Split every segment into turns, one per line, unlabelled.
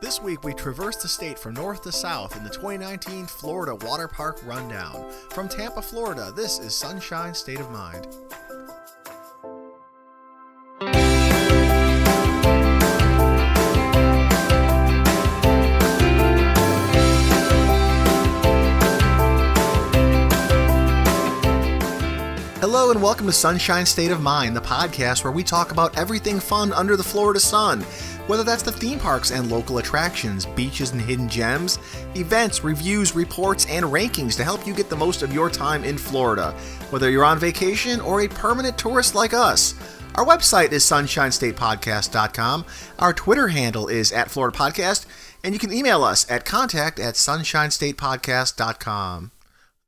This week, we traverse the state from north to south in the 2019 Florida Water Park Rundown. From Tampa, Florida, this is Sunshine State of Mind. Hello and welcome to Sunshine State of Mind, the podcast where we talk about everything fun under the Florida sun. Whether that's the theme parks and local attractions, beaches and hidden gems, events, reviews, reports, and rankings to help you get the most of your time in Florida. Whether you're on vacation or a permanent tourist like us. Our website is sunshinestatepodcast.com. Our Twitter handle is at Florida Podcast, and you can email us at contact at sunshinestatepodcast.com.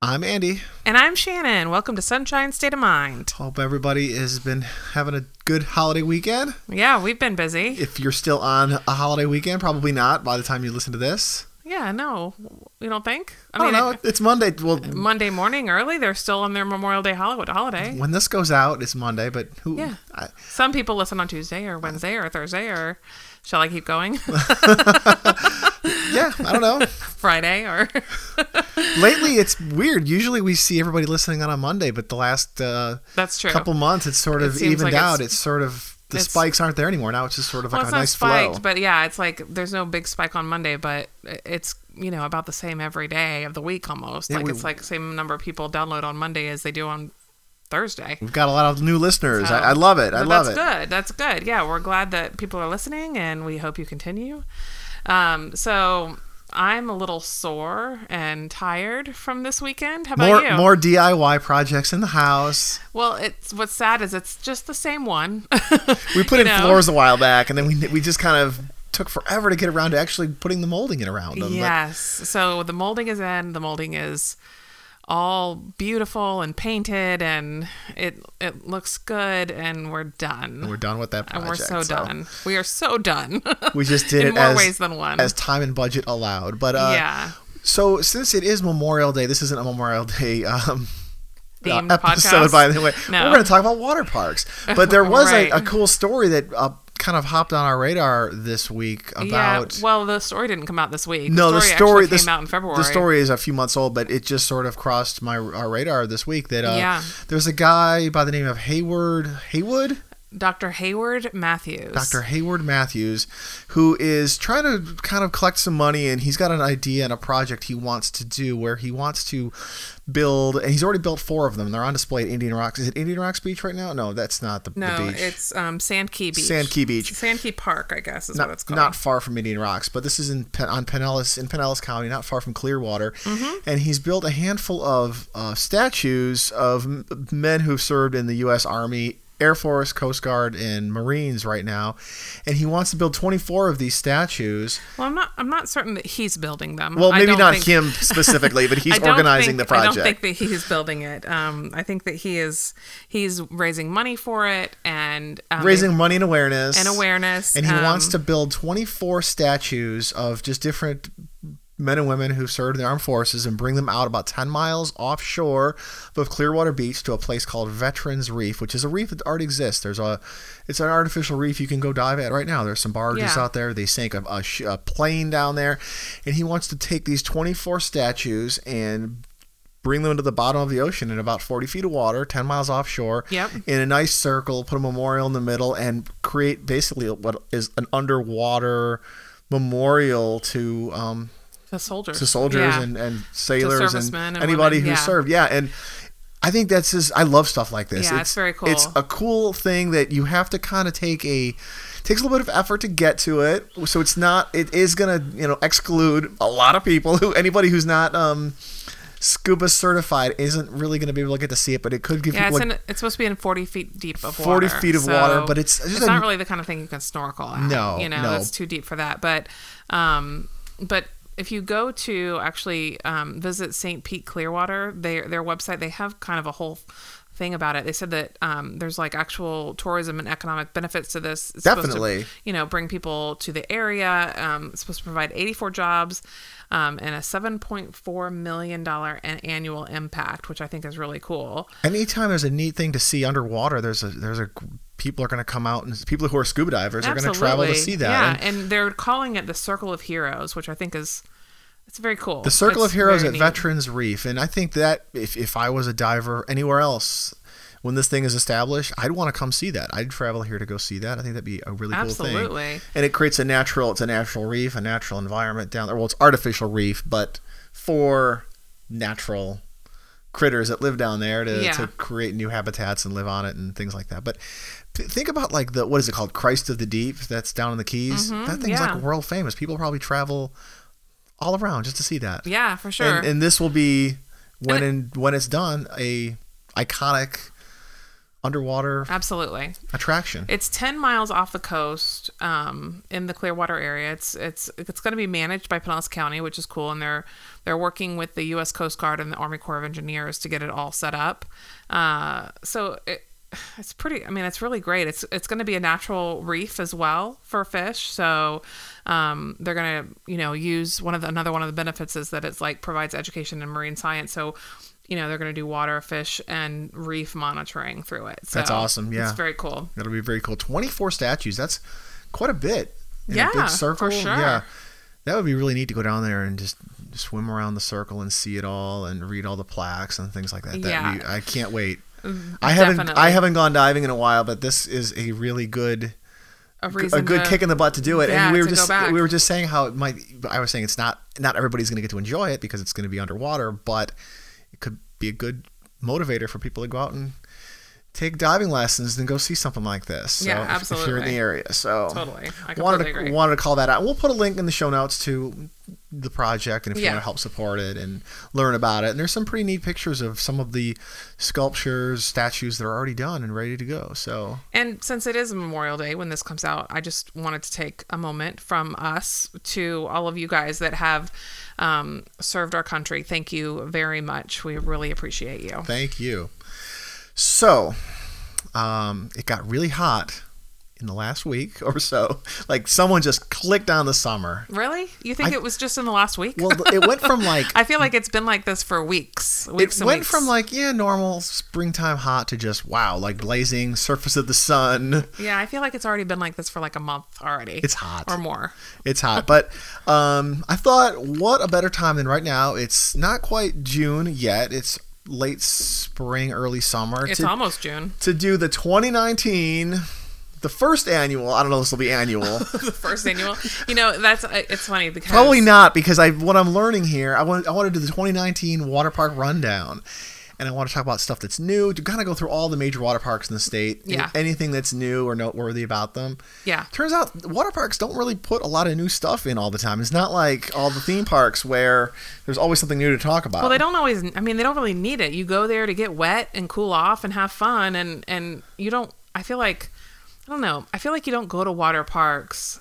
I'm Andy.
And I'm Shannon. Welcome to Sunshine State of Mind.
Hope everybody has been having a good holiday weekend.
Yeah, we've been busy.
If you're still on a holiday weekend, probably not by the time you listen to this.
Yeah, no, you don't think?
I don't know.
it-
It's Monday. Well,
Monday morning early, they're still on their Memorial Day hol- holiday.
when this goes out, it's Monday. But who?
Yeah.
I,
Some people listen on Tuesday or Wednesday or Thursday or shall I keep going?
yeah, I don't know.
Friday or
Lately, it's weird. Usually, we see everybody listening on a Monday, but the last uh,
that's true.
couple months, it's sort of
seems
evened
like
out.
it's-
It's, sort of the
it's-
spikes aren't there anymore. Now it's just sort of
well,
like
it's
a
not
nice
spiked,
flow.
but yeah, it's like there's no big spike on Monday, but it's you know about the same every day of the week almost. like
we-
it's like same number of people download on Monday as they do on Thursday.
We've got a lot of new listeners.
So-
I, I love it. I
but
love
Oh. that's
it.
good. That's good. Yeah, we're glad that people are listening, and we hope you continue. Um, so I'm a little sore and tired from this weekend. How about
More
you?
more DIY projects in the house.
Well, it's what's sad is it's just the same one.
We put
You
in
know?
floors a while back, and then we we just kind of took forever to get around to actually putting the molding in around them. but
Yes. so the molding is in. The molding is all beautiful and painted, and it it looks good. And we're done.
we're done with that
And
project.
we're so, done. We are so done.
We just did
in
it
more
as,
ways than one.
as time and budget allowed. But uh,
yeah.
So since it is Memorial Day, this isn't a Memorial Day. Um, uh,
Themed
episode,
podcast.
by the way.
No.
We're going to talk about water parks, but there was
Right.
a, a cool story that uh, kind of hopped on our radar this week about
yeah, well the story didn't come out this week
no, the story the,
actually came out in february
The story is a few months old, but it just sort of crossed my our radar this week that uh,
Yeah.
there's a guy by the name of Hayward Haywood,
dr hayward matthews
Dr. Hayward Matthews, who is trying to kind of collect some money, and he's got an idea and a project he wants to do where he wants to build, and he's already built four of them. They're on display at Indian Rocks. Is it Indian Rocks Beach right now? No, that's not the, the
no
beach.
it's um sand key beach
Sand Key Beach.
sand key park i guess is what it's
not,
called
not far from Indian Rocks, but this is in Pen- on Pinellas in Pinellas County, not far from Clearwater,
Mm-hmm.
and he's built a handful of uh, statues of m- men who've served in the U.S. Army. Air Force, Coast Guard, and Marines right now, and he wants to build 24 of these statues.
well i'm not i'm not certain that he's building them
Well,
I
maybe
don't
not
think-
him specifically, but he's
I don't
organizing
think-
the project.
i don't think that he's building it um i think that he is he's raising money for it and um,
raising money and awareness
and awareness,
and he
um,
wants to build 24 statues of just different men and women who served in the armed forces and bring them out about 10 miles offshore of clearwater beach to a place called veterans reef which is a reef that already exists there's a it's an artificial reef you can go dive at right now there's some barges
Yeah.
out there they sank a, a, sh- a plane down there and he wants to take these 24 statues and bring them to the bottom of the ocean in about 40 feet of water 10 miles offshore
Yep.
in a nice circle, put a memorial in the middle, and create basically what is an underwater memorial to um,
the soldiers
to soldiers
Yeah.
and, and sailors and,
servicemen and
anybody
women,
who
yeah.
served. Yeah, and I think that's just I love stuff like this.
Yeah, it's very cool.
It's a cool thing that you have to kind of take a takes a little bit of effort to get to it. So it's not it is gonna you know exclude a lot of people who anybody who's not. Um, Scuba certified isn't really going to be able to get to see it, but it could give
yeah,
people
it's,
a
in, it's supposed to be in 40 feet deep of
40
water.
feet of water, but it's- it's
it's,
a-
not really the kind of thing you can snorkel at.
No,
You know,
no.
it's too deep for that. But, um, but if you go to actually um, visit St. Pete Clearwater, their, their website, they have kind of a whole thing about it. They said that um, there's like actual tourism and economic benefits to this. It's supposed to,
Definitely.
you know, bring people to the area. Um, it's supposed to provide 84 jobs um, and a $7.4 million an- annual impact, which I think is really cool.
Anytime there's a neat thing to see underwater, there's a there's a people are going to come out and people who are scuba divers are going to travel to see that.
Yeah,
And
and, they're calling it the Circle of Heroes, which I think is it's very cool.
the Circle
It's
of Heroes
very
at
neat.
Veterans Reef, and I think that if if I was a diver anywhere else. When this thing is established, I'd want to come see that. I'd travel here to go see that. I think that'd be a really cool thing.
Absolutely.
And it creates a natural, it's a natural reef, a natural environment down there. Well, it's artificial reef, but for natural critters that live down there to,
Yeah.
to create new habitats and live on it and things like that. But th- think about like the, what is it called? Christ of the Deep that's down in the Keys. that thing's
Mm-hmm, yeah.
like world famous. People probably travel all around just to see that.
Yeah, for sure.
And, and this will be when in, when it's done a iconic underwater
Absolutely.
attraction.
It's 10 miles off the coast um, in the Clearwater area. It's it's it's going to be managed by Pinellas County, which is cool, and they're they're working with the U.S. Coast Guard and the Army Corps of Engineers to get it all set up. Uh, so it, it's pretty. I mean, it's really great. It's it's going to be a natural reef as well for fish. So um, they're going to you know use one of the, another one of the benefits is that it's like provides education in marine science. So. You know they're going to do water, fish, and reef monitoring through it. So
That's awesome, yeah.
it's very cool.
That'll be very cool. 24 statues. That's quite a bit. In
Yeah,
a big
for
circle.
sure.
Yeah. That would be really neat to go down there and just swim around the circle and see it all and read all the plaques and things like that. That'd
Yeah. Mm,
be- I can't wait. I haven't I
definitely.
haven't gone diving in a while, but this is a really good a
a, reason
good
to-
kick in the butt to do it.
Yeah,
and we were
to go
just
back.
we were just saying how it might. I was saying it's not not everybody's going to get to enjoy it because it's going to be underwater, but it could be a good motivator for people to go out and take diving lessons and go see something like this. So
Yeah,
if- If you're in
absolutely.
the area, so
Totally. I
wanted to
completely agree.
wanted to call that out. We'll put a link in the show notes to the project, and if you
Yeah.
want to help support it and learn about it, and there's some pretty neat pictures of some of the sculptures, statues that are already done and ready to go. So
And since it is Memorial Day when this comes out, I just wanted to take a moment from us to all of you guys that have um, served our country. Thank you very much. We really appreciate you.
Thank you. So, um, it got really hot in the last week or so. Like someone just clicked on the summer.
Really? You think it was just in the last week?
Well, it went from like
I feel like it's been like this for weeks. Weeks
it
and
went
weeks.
from like yeah, normal springtime hot to just wow, like blazing surface of the sun.
yeah, I feel like it's already been like this for like a month already.
It's hot.
or more.
It's hot, but um, I thought, what a better time than right now? It's not quite June yet. It's late spring, early summer.
It's
to,
almost June.
to do the 2019, the first annual. I don't know. if This will be annual.
The first annual. You know, that's uh, it's funny because
Probably not because I what I'm learning here. I want I want to do the 2019 water park rundown, and I want to talk about stuff that's new. To kind of go through all the major water parks in the state. and
Yeah.
Anything that's new or noteworthy about them.
Yeah.
Turns out water parks don't really put a lot of new stuff in all the time. It's not like all the theme parks where there's always something new to talk about.
Well, they don't always. I mean, they don't really need it. You go there to get wet and cool off and have fun, and and you don't. I feel like I don't know. I feel like you don't go to water parks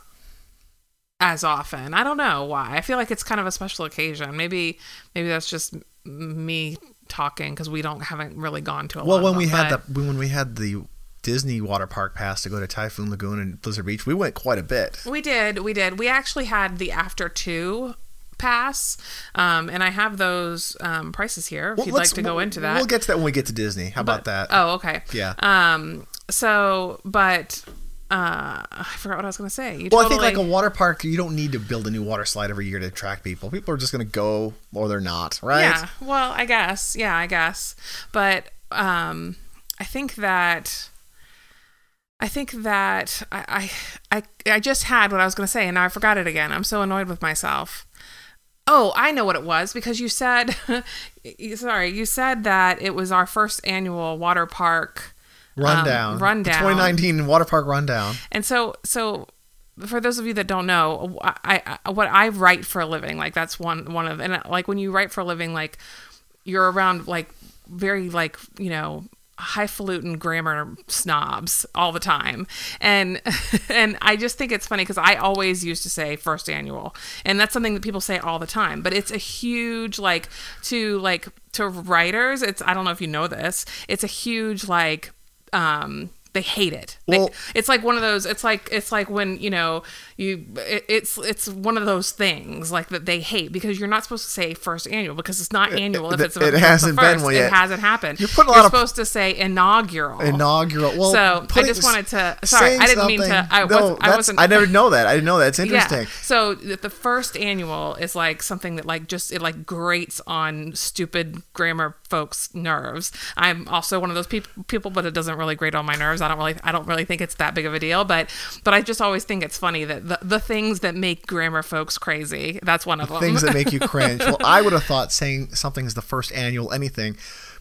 as often. I don't know why. I feel like it's kind of a special occasion. Maybe maybe that's just m- me talking because we don't haven't really gone to a lot
Well,
of
when we
them,
had
but-
the when we had the Disney water park pass to go to Typhoon Lagoon and Blizzard Beach, we went quite a bit.
We did. We did. We actually had the after two pass, um, and I have those um, prices here if
Well,
you'd
let's-
like to go
we'll-
into that.
We'll get to that when we get to Disney. How about that?
But- Oh, okay.
Yeah.
Um. So, but uh, I forgot what I was gonna say. You
Well,
totally,
I think like a water park, you don't need to build a new water slide every year to attract people. People are just going to go or they're not, right?
yeah. Well, I guess. Yeah, I guess. But um, I think that. I think that I, I I I just had what I was gonna say and now I forgot it again. I'm so annoyed with myself. Oh, I know what it was because you said, you- sorry, you said that it was our first annual water park
Rundown.
um,
The
rundown.
2019 water park rundown.
And so, so for those of you that don't know, I, I what I write for a living, like that's one one of, and uh, like when you write for a living, like you're around like very like you know highfalutin grammar snobs all the time and and i just think it's funny because i always used to say first annual and that's something that people say all the time but it's a huge like to like to writers it's i don't know if you know this it's a huge like um, they hate it.
Well-
they, it's like one of those. It's like it's like when you know you. it- it's it's one of those things like that they hate because you're not supposed to say first annual because it's not annual if
it-
it's
it
the
hasn't been
first.
one
It
yet.
hasn't happened.
You put a lot of-
supposed to say inaugural.
inaugural. Well,
Oh. So, I
putting-
just wanted to- sorry,
saying
I didn't mean to-
something-
I wasn't- I
that's-
wasn't-
I never know that. I didn't know that. It's interesting.
Yeah. So th- the first annual is like something that like just it like grates on stupid grammar folks' nerves. I'm also one of those people people, but it doesn't really grate on my nerves. I don't really I don't really think it's that big of a deal, but but I just always think it's funny that the, the things that make grammar folks crazy. That's one of them.
Things that make you cringe. Well, I would have thought saying something's the first annual anything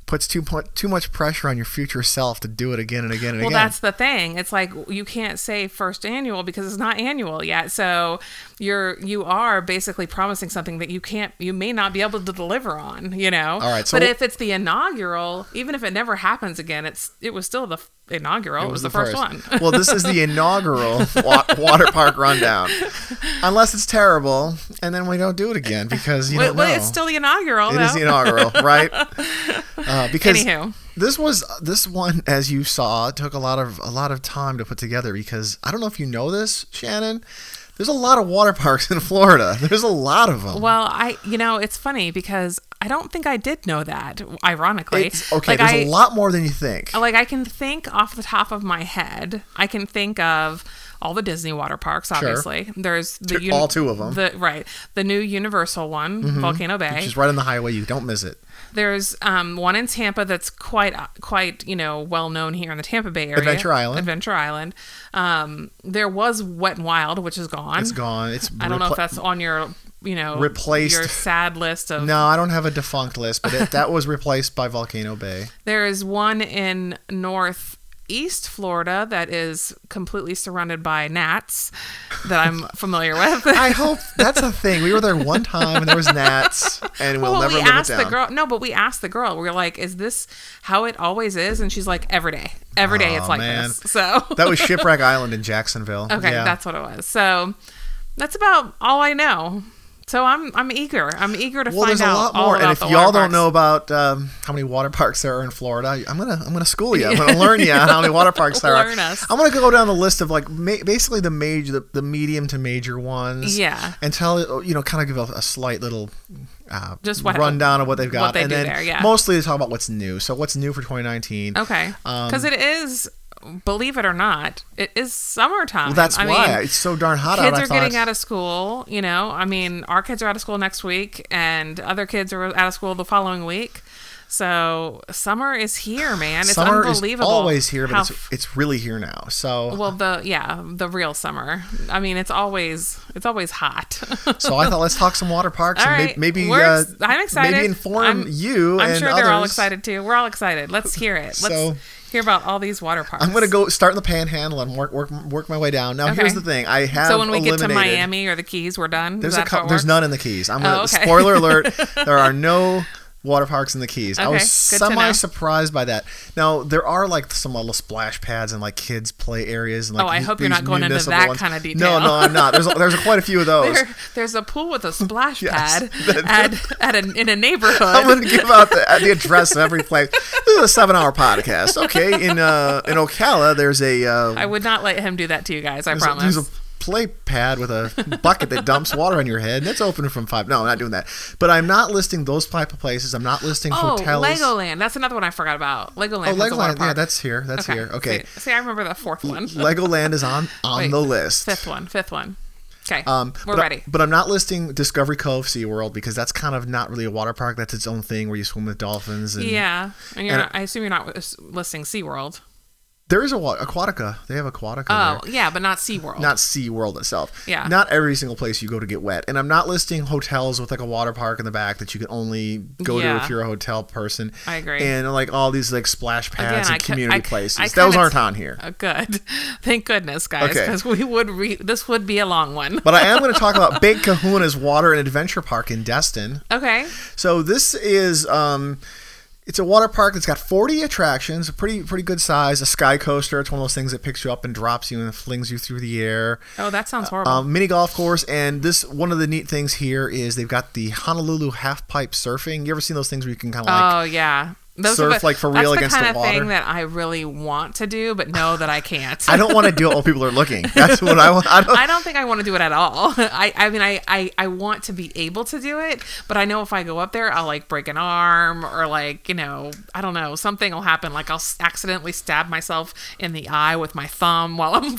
puts too pu- too much pressure on your future self to do it again and again and
well,
again.
that's the thing. It's like you can't say first annual because it's not annual yet. So you're you are basically promising something that you can't you may not be able to deliver on, you know.
All right, so-
but if it's the inaugural, even if it never happens again, it's it was still the f- inaugural. It was, the, first, one.
well, this is the inaugural wa- water park rundown, unless it's terrible, and then we don't do it again because you
Well,
don't
well,
know.
it's still the inaugural.
It
though.
is the inaugural, right? Uh, because
Anywho.
this was this one, as you saw, took a lot of a lot of time to put together. Because I don't know if you know this, Shannon. There's a lot of water parks in Florida. There's a lot of them.
Well, I you know it's funny because I don't think I did know that. Ironically,
It's- okay,
Like,
there's a
I-
lot more than you think.
like I can think off the top of my head. I can think of all the Disney water parks. Obviously, there's the
Two- all two of 'em. Mm-hmm.
The right, the new Universal one, Volcano Bay.
She's right on the highway. You don't miss it.
There's um, one in Tampa that's quite quite you know well known here in the Tampa Bay area.
Adventure Island.
Adventure Island. Um, there was Wet and Wild, which is gone.
It's gone. It's
I don't know
repla-
if that's on your you know
Replaced.
your sad list of
No, I don't have a defunct list, but it, that was replaced by Volcano Bay.
There is one in northeast Florida that is completely surrounded by gnats that I'm familiar with.
I hope that's a thing. We were there one time and there was gnats, and we'll,
well,
never
we
live it
asked
down.
the girl. No, but we asked the girl. We're like, "Is this how it always is?" And she's like, "Every day, every day,
Aw,
it's like
man.
this." So
That was Shipwreck Island in Jacksonville.
okay,
Yeah.
that's what it was. So that's about all I know. So I'm I'm eager. I'm eager to
well.
find
There's a
out
lot
all
more, and
about
if
the
y'all
water
don't
parks.
know about um, how many water parks there are in Florida, I'm gonna I'm gonna school you. I'm gonna learn you on how many water parks there
Learn
are.
us.
I'm gonna go down the list of like ma- basically the major, the, the medium to major ones.
Yeah.
and tell you know kind of give a, a slight little. Uh,
Just what-
rundown of what they've got,
they
and
do
then
there, yeah.
mostly they talk about what's new. So what's new for Um, 2019?
Okay. Because it is, believe it or not, it is summertime.
Well, that's
I
why
mean,
it's so darn hot out.
kids
I
are
thought,
getting out of school. You know, I mean, our kids are out of school next week, and other kids are out of school the following week. So summer is here, man. It's
summer
unbelievable.
is always here, but
how
it's, it's really here now. So
well the yeah the real summer i mean it's always it's always hot
So I thought let's talk some water parks
all
and may-
right
maybe
we're
uh,
ex- i'm excited
maybe inform
I'm-
you
i'm
and
sure they're all
others.
excited too we're all excited let's hear it let's
So-
hear about all these water parks
I'm gonna go start in the Panhandle and work work work my way down. Now here's
Okay.
the thing: I have
So when we get
eliminated.
to Miami or the Keys, we're done.
there's
Is
a
that how
cou-
it
there's
works?
none in the Keys. I'm gonna
Oh, okay.
spoiler alert: there are no water parks in the Keys. I
Okay,
was
good to know.
semi surprised by that. Now there are like some little splash pads and like kids play areas and like
Oh, I
these-
hope you're not
these
going into
municipal
that
ones.
kinda
No,
detail.
no, I'm not. There's there's quite a few of those.
There- there's a pool with a splash
Yes.
pad at, at a, in a neighborhood.
I'm going to give out the, the address of every place. This is a seven-hour podcast. Okay, in uh, in Ocala, there's a uh,
I would not let him do that to you guys. I
there's a,
promise.
there's a play pad with a bucket that dumps water on your head, and it's open from five. No, I'm not doing that. But I'm not listing those type of places. I'm not listing
oh,
hotels.
Legoland. That's another one I forgot about. Legoland.
Oh,
has a water
Legoland. Yeah,
park.
that's here. That's here. Okay,
See, see, I remember the fourth one.
Legoland is on on
Wait,
the list.
Fifth one. Fifth one. Okay.
Um,
we're
but I-
ready.
but I'm not listing Discovery Cove SeaWorld because that's kind of not really a water park. That's its own thing where you swim with dolphins. And
yeah. And you're
and-
not, I assume you're not s- listing SeaWorld.
There is a wa- Aquatica. They have Aquatica. there.
Oh, yeah, but not SeaWorld.
not Sea World itself.
Yeah.
Not every single place you go to get wet. And I'm not listing hotels with like a water park in the back that you can only go to
Yeah.
if you're a hotel person.
I agree.
And like all these like splash pads
Again, I
and
cou-
community
I-
places.
I
Those
kinda-
aren't on here.
Uh, good. Thank goodness, guys,
Okay.
because we would re- this would be a long one.
But I am going to talk about Big Kahuna's Water and Adventure Park in Destin.
Okay.
So this is um it's a water park that's got 40 attractions, a pretty pretty good size, a sky coaster. It's one of those things that picks you up and drops you and flings you through the air.
Oh, that sounds horrible.
Um, mini golf course, and this one of the neat things here is they've got the Honolulu half pipe surfing. You ever seen those things where you can kind of like
oh yeah. Those
surf
are the,
like for real
that's
against
the kind
the
of
water.
thing that I really want to do, but know that I can't.
I don't want to do it while people are looking. That's what I want. I don't,
I don't think I want to do it at all. I, I mean, I, I, I want to be able to do it, but I know if I go up there, I'll like break an arm or like, you know, I don't know, something will happen. Like I'll s- accidentally stab myself in the eye with my thumb while I'm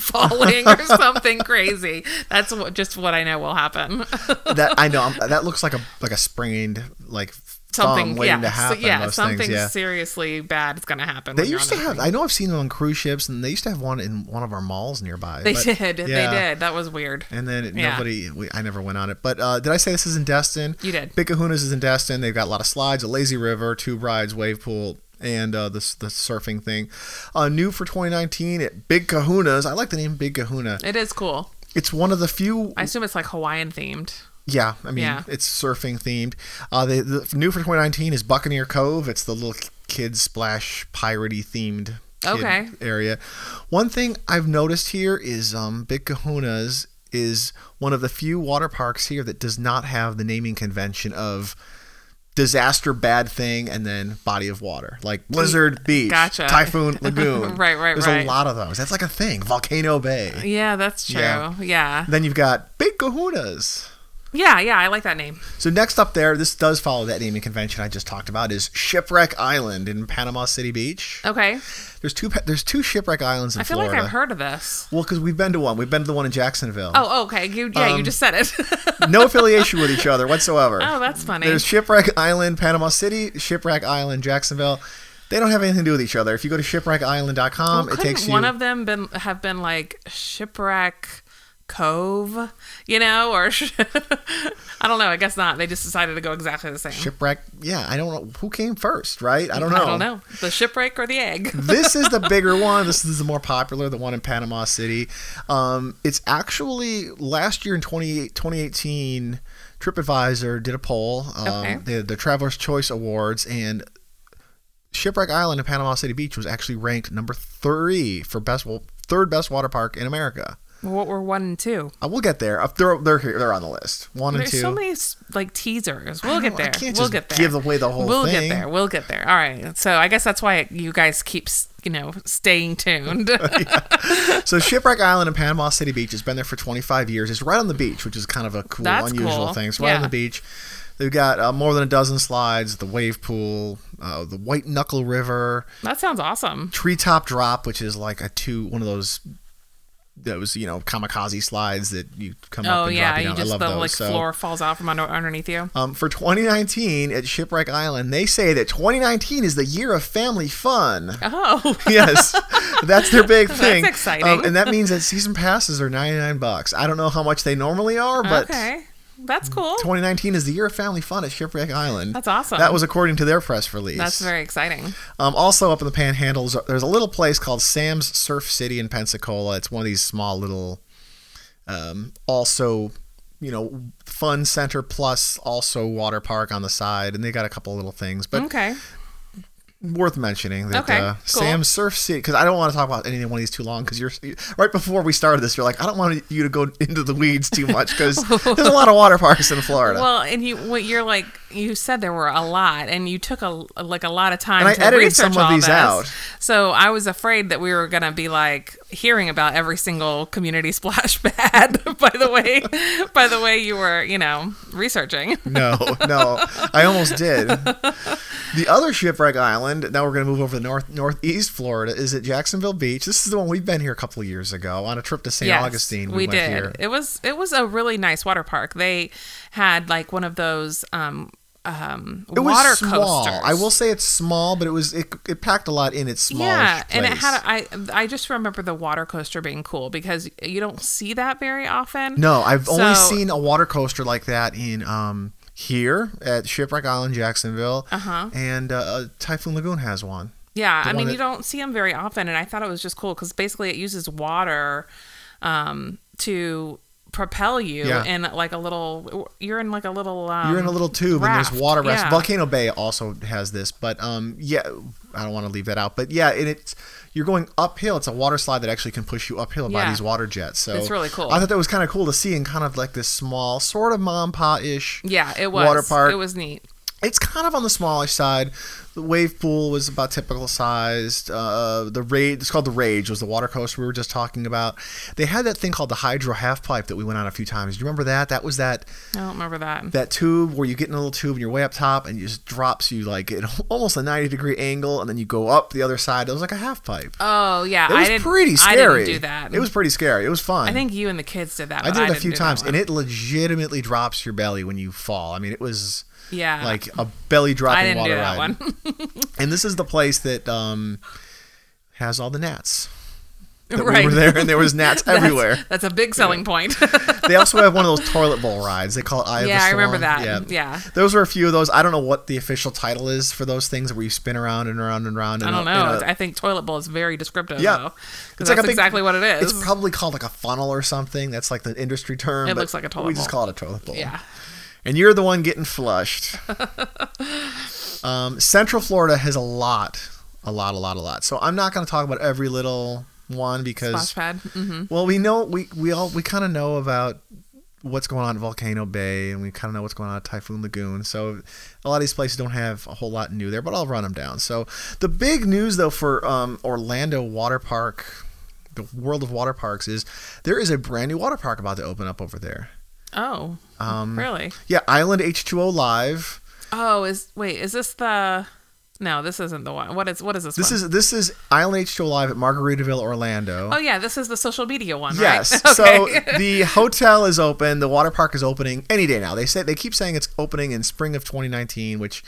falling or something crazy. That's what, just what I know will happen.
that I know I'm, that looks like a like a sprained like
something,
thumb waiting
yeah,
to
so-
happen.
yeah,
most
something
things, yeah.
seriously bad is going to happen.
They
when you're
used to
on that
have.
thing.
I know I've seen them on cruise ships, and they used to have one in one of our malls nearby.
They
but-
did.
yeah.
They did. That was weird.
And then it-
Yeah.
nobody, we, I never went on it. But uh, did I say this is in Destin?
You did.
Big Kahuna's is in Destin. They've got a lot of slides, a lazy river, two rides, wave pool, and uh, this the surfing thing. Uh, new for 2019 at Big Kahuna's. I like the name Big Kahuna.
It is cool.
It's one of the few
I assume it's like Hawaiian themed.
Yeah, I mean
Yeah.
it's surfing themed. Uh, the, the new for 2019 is Buccaneer Cove. It's the little kids splash piratey themed kid
Okay.
area. One thing I've noticed here is um, Big Kahuna's is one of the few water parks here that does not have the naming convention of disaster bad thing and then body of water like blizzard beach
Gotcha.
typhoon lagoon
Right, right,
there's
right.
a lot of those that's like a thing volcano bay
Yeah, that's true.
Yeah.
yeah.
then you've got big kahunas
Yeah, yeah, I like that name.
So next up there, this does follow that naming convention I just talked about is Shipwreck Island in Panama City Beach.
Okay.
There's two pa- there's two shipwreck islands in
Oh. I feel
Florida.
like I've heard of this.
well, because we've been to one. We've been to the one in Jacksonville.
Oh, okay. You yeah,
Um,
you just said it.
No affiliation with each other whatsoever.
oh, that's funny.
There's Shipwreck Island, Panama City, Shipwreck Island, Jacksonville. They don't have anything to do with each other. If you go to shipwreckisland.com,
Well,
it
couldn't
takes you.
one of them been have been like shipwreck cove, you know, or sh- I don't know. I guess not. They just decided to go exactly the same.
shipwreck. Yeah, I don't know who came first, right? I don't know.
I don't know the shipwreck or the egg.
this is the bigger one. This is the more popular, the one in Panama City. Um, it's actually last year in 20, 2018, TripAdvisor did a poll. Um,
Okay.
They had the Traveler's Choice Awards, and Shipwreck Island in Panama City Beach was actually ranked number three for best, well, third best water park in America.
what were one and two?
Uh, we'll get there. Uh, They're, they're, here. they're on the list. One and
There's
two.
so many s- like teasers. We'll get
know, I
there.
can't
we'll
just
get there.
give away the whole
we'll
thing.
get there. We'll get there. All right. So I guess that's why you guys keep s- you know staying tuned.
so Shipwreck Island in Panama City Beach has been there for 25 years. It's right on the beach, which is kind of a cool,
That's
unusual
cool.
thing. It's right on
Yeah.
the beach. They've got uh, more than a dozen slides, the wave pool, uh, the White Knuckle River,
that sounds awesome.
Treetop Drop, which is like a two one of those those you know kamikaze slides that you come
Oh
up and
yeah,
drop you
you
down. I
just
love
the
those.
like
so.
floor falls out from under underneath you.
Um, for 2019 at Shipwreck Island, they say that 2019 is the year of family fun.
Oh,
yes, that's their big thing. Um,
exciting.
and that means that season passes are ninety nine bucks. I don't know how much they normally are, but
okay, that's cool.
twenty nineteen is the year of family fun at Shipwreck Island.
That's awesome.
That was according to their press release.
That's very exciting.
Um, also up in the Panhandles, there's a little place called Sam's Surf City in Pensacola. It's one of these small little, um, also, you know, fun center plus also water park on the side, and they got a couple little things. But
Okay,
worth mentioning that
Okay,
uh,
cool.
Sam Surf City because I don't want to talk about any one of these too long because you're right before we started this you're like I don't want you to go into the weeds too much because there's a lot of water parks in Florida.
well, and you what you're like you said there were a lot, and you took a like a lot of time.
And I
to
edited some
research
of
all
these
this.
out.
So I was afraid that we were gonna be like hearing about every single community splash pad. by the way, by the way, you were you know researching.
no, no, I almost did. The other shipwreck island. Now we're gonna move over to north northeast Florida. Is at Jacksonville Beach. This is the one we've been here a couple of years ago on a trip to St.
Yes,
Augustine.
We,
went
did.
here.
It was it was a really nice water park. They had like one of those um um
It was
water
small.
coasters.
I will say it's small, but it was it, it packed a lot in its small.
Yeah,
place.
and it had a, I I just remember the water coaster being cool because you don't see that very often.
No, I've only
So-
seen a water coaster like that in um here at Shipwreck Island, Jacksonville, uh-huh. and uh, Typhoon Lagoon has one.
Yeah, I
one
mean
that-
you don't see them very often, and I thought it was just cool because basically it uses water um to propel you
Yeah.
in like a little you're in like a little um,
You're in a little tube and
raft,
there's water rafts.
yeah.
Volcano Bay also has this, but um yeah, I don't want to leave that out, but yeah, and it's you're going uphill. It's a water slide that actually can push you uphill by
Yeah.
these water jets. So
It's really cool.
I thought that was kind of cool to see in kind of like this small, sort of mom pa ish.
yeah it was
water park.
it was neat
it's kind of on the smallish side. The wave pool was about typical sized. Uh, the rage, it's called the rage, was the water coaster we were just talking about. They had that thing called the hydro half pipe that we went on a few times. Do you remember that? That was that
I don't remember that.
that tube where you get in a little tube and you're way up top and it just drops you like at almost a 90 degree angle and then you go up the other side. It was like a half pipe.
oh yeah,
It was
I did,
pretty scary.
I didn't do that.
It was pretty scary. It was fun.
I think you and the kids did that.
I
but
did it a
didn't
few
do that
times,
one.
and it legitimately drops your belly when you fall. I mean, it was
yeah,
like a belly dropping
I didn't
water
do that
ride.
one.
And this is the place that um, has all the gnats. That
right.
We were there, and there was gnats
That's-
everywhere.
That's, a big selling point.
They also have one of those toilet bowl rides. They call it Eye of the
yeah, I remember
Storm.
that. yeah.
Those were a few of those. I don't know what the official title is for those things where you spin around and around and around.
I
in
don't
a- in
know.
a-
I think toilet bowl is very descriptive.
Yeah.
though, 'cause
It's
that's
like a big-
exactly what it is.
it's probably called like a funnel or something. That's like the industry term.
It
but
looks like a toilet
We just
bowl.
call it a toilet bowl.
yeah,
and you're the one getting flushed. um, Central Florida has a lot, a lot, a lot, a lot. So I'm not going to talk about every little one because,
splash pad. hmm
well, we know we we all we kind of know about what's going on at Volcano Bay, and we kind of know what's going on at Typhoon Lagoon. So a lot of these places don't have a whole lot new there, but I'll run them down. So the big news though for um, Orlando Water Park, the world of water parks, is there is a brand new water park about to open up over there.
Oh,
Um,
really?
Yeah, Island H2O Live.
Oh, is wait, is this the? No, this isn't the one. What is what is this?
This
one?
is this is Island H2O Live at Margaritaville, Orlando.
Oh yeah, this is the social media one.
Yes.
Right? Okay.
So the hotel is open. The water park is opening any day now. They say they keep saying it's opening in spring of 2019, which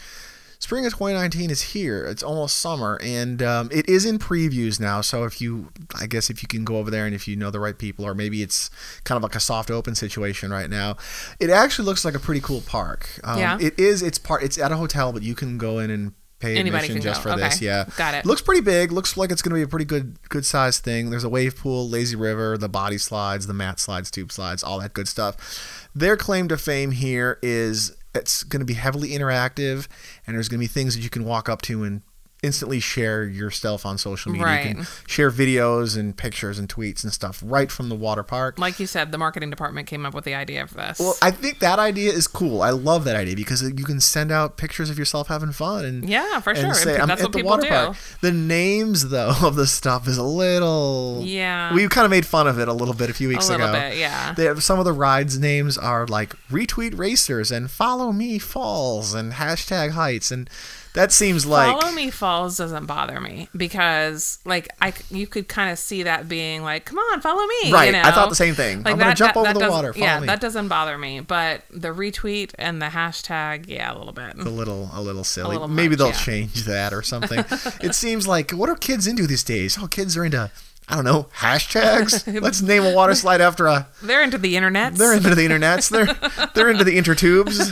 spring of 2019 is here. It's almost summer, and um, it is in previews now. So if you, I guess, if you can go over there and if you know the right people, or maybe it's kind of like a soft open situation right now. It actually looks like a pretty cool park. Um,
Yeah.
It is. It's part. It's at a hotel, but you can go in and. Pay
Anybody
admission
can
just
go.
for this,
Okay.
yeah.
Got it.
Looks pretty big. Looks like it's going to be a pretty good good sized thing. There's a wave pool, lazy river, the body slides, the mat slides, tube slides, all that good stuff. Their claim to fame here is it's going to be heavily interactive, and there's going to be things that you can walk up to and instantly share your stuff on social media. You can
Right.
share videos and pictures and tweets and stuff right from the water park.
like you said, the marketing department came up with the idea of this.
Well, I think that idea is cool. I love that idea because you can send out pictures of yourself having fun and
Yeah, for
and
sure.
Say,
And
I'm
that's
at
what
the
people
water
do."
park. The names though of the stuff is a little
Yeah.
We kind of made fun of it a little bit a few
a
weeks
little
ago.
bit, yeah.
They have, some of the rides names are like retweet racers and follow me falls and hashtag heights and that seems like
Follow me falls doesn't bother me because like I c- you could kind of see that being like come on follow me
Right,
you
I
know?
thought the same thing. I'm gonna jump over the
doesn't-
water, follow
yeah
me.
that doesn't bother me but the retweet and the hashtag yeah a little bit
a little a little silly.
little
Maybe
much,
they'll
yeah.
change that or something. it seems like what are kids into these days? Oh, kids are into I don't know hashtags. Let's name a water slide after a.
they're into the internet
They're into the internets. They're they're into the intertubes.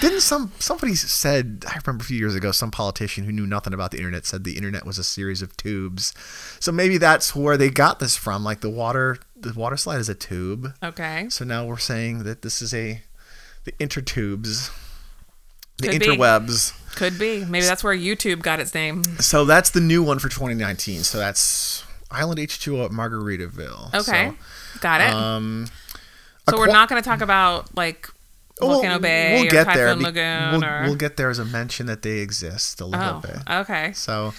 Didn't some somebody said I remember a few years ago some politician who knew nothing about the internet said the internet was a series of tubes. So maybe that's where they got this from. Like the water the water slide is a tube.
okay
So now we're saying that this is a the intertubes, the
Could be.
interwebs.
could be maybe that's where YouTube got its name
So that's the new one for 2019. So that's Island H2O at Margaritaville.
okay
So,
got it
um,
so we're
aqua-
not going to talk about like
Oh,
Volcano Bay or Typhoon
be-
Lagoon
We'll,
or
we'll get there as a mention that they exist a little
oh
bit.
okay
So,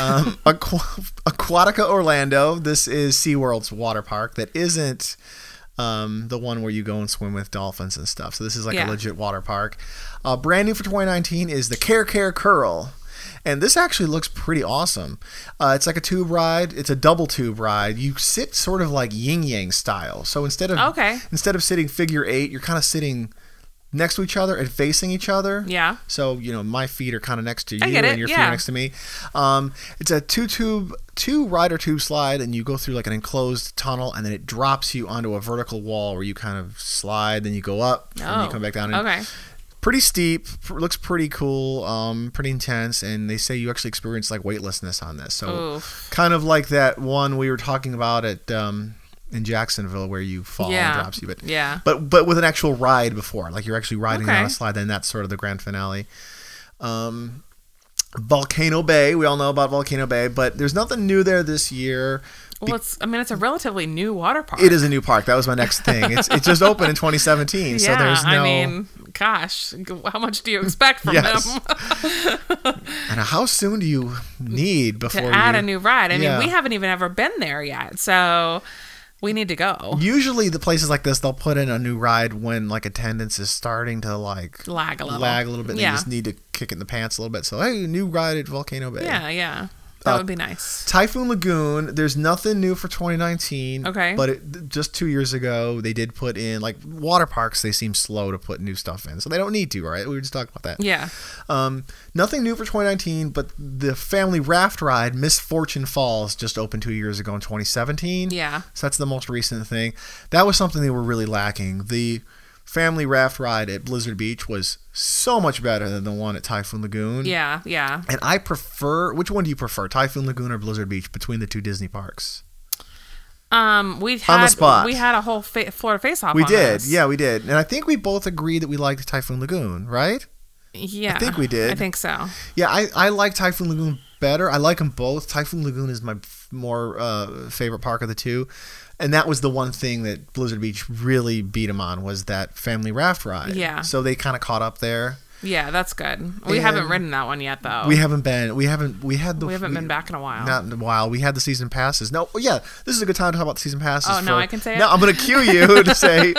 um, Aqu- Aquatica Orlando. This is SeaWorld's water park that isn't um, the one where you go and swim with dolphins and stuff. So this is like
Yeah.
a legit water park. Uh, brand new for 2019 is the Care Care Curl. And this actually looks pretty awesome. Uh, it's like a tube ride. It's a double tube ride. You sit sort of like yin yang style. So instead of
Okay.
instead of sitting figure eight, you're kind of sitting next to each other and facing each other.
Yeah.
So you know my feet are kind of next to
I
you
get
and
it,
your feet
yeah.
are next to me. Um, it's a two tube, two rider tube slide, and you go through like an enclosed tunnel, and then it drops you onto a vertical wall where you kind of slide, then you go up, and
Oh,
you come back down. And
okay
Pretty steep, f- looks pretty cool, um, pretty intense, and they say you actually experience like weightlessness on this. So
Oof.
kind of like that one we were talking about at um, in Jacksonville where you fall and
Yeah.
it drops you, but
yeah
but but with an actual ride before, like you're actually riding
Okay.
on a slide. Then that's sort of the grand finale. Um, Volcano Bay, we all know about Volcano Bay, but there's nothing new there this year.
Well, it's. I mean, it's a relatively new water park.
It is a new park. That was my next thing. It's it just opened in 2017, so
Yeah,
there's no.
I mean, gosh, how much do you expect from
Yes.
them?
And how soon do you need before
to add
you-
a new ride. I
Yeah.
mean, we haven't even ever been there yet, so we need to go.
Usually, the places like this, they'll put in a new ride when like attendance is starting to like
Lag a little.
lag a little bit. And
Yeah.
They just need to kick it in the pants a little bit. So, hey, new ride at Volcano Bay.
Yeah, yeah.
Uh,
That would be nice.
Typhoon Lagoon, there's nothing new for 2019.
Okay.
But it, just two years ago, they did put in, like, water parks, they seem slow to put new stuff in. So they don't need to, right? We were just talking about that.
Yeah.
Um, nothing new for 2019, but the family raft ride, Misfortune Falls, just opened two years ago in 2017.
Yeah.
So that's the most recent thing. That was something they were really lacking. The family raft ride at Blizzard Beach was so much better than the one at Typhoon Lagoon.
Yeah, yeah.
And I prefer which one do you prefer, Typhoon Lagoon or Blizzard Beach, between the two Disney parks?
Um, we had
On the spot.
we had a whole fa- Florida face off.
We did, yeah, we did, and I think we both agreed that we liked Typhoon Lagoon, right?
yeah.
I think we did.
I think so.
Yeah, I, I like Typhoon Lagoon better. I like them both. Typhoon Lagoon is my f- more uh, favorite park of the two, and that was the one thing that Blizzard Beach really beat them on was that family raft ride.
Yeah.
so they kind of caught up there.
Yeah, that's good. We haven't
And-
ridden that one yet, though.
We haven't been, we haven't, we had the
Oh. We haven't been back in a while.
Not in a while. We had the season passes. No, well, yeah, this is a good time to talk about season passes.
Oh, now
for-
I can say
No,
it?
I'm going to cue you to say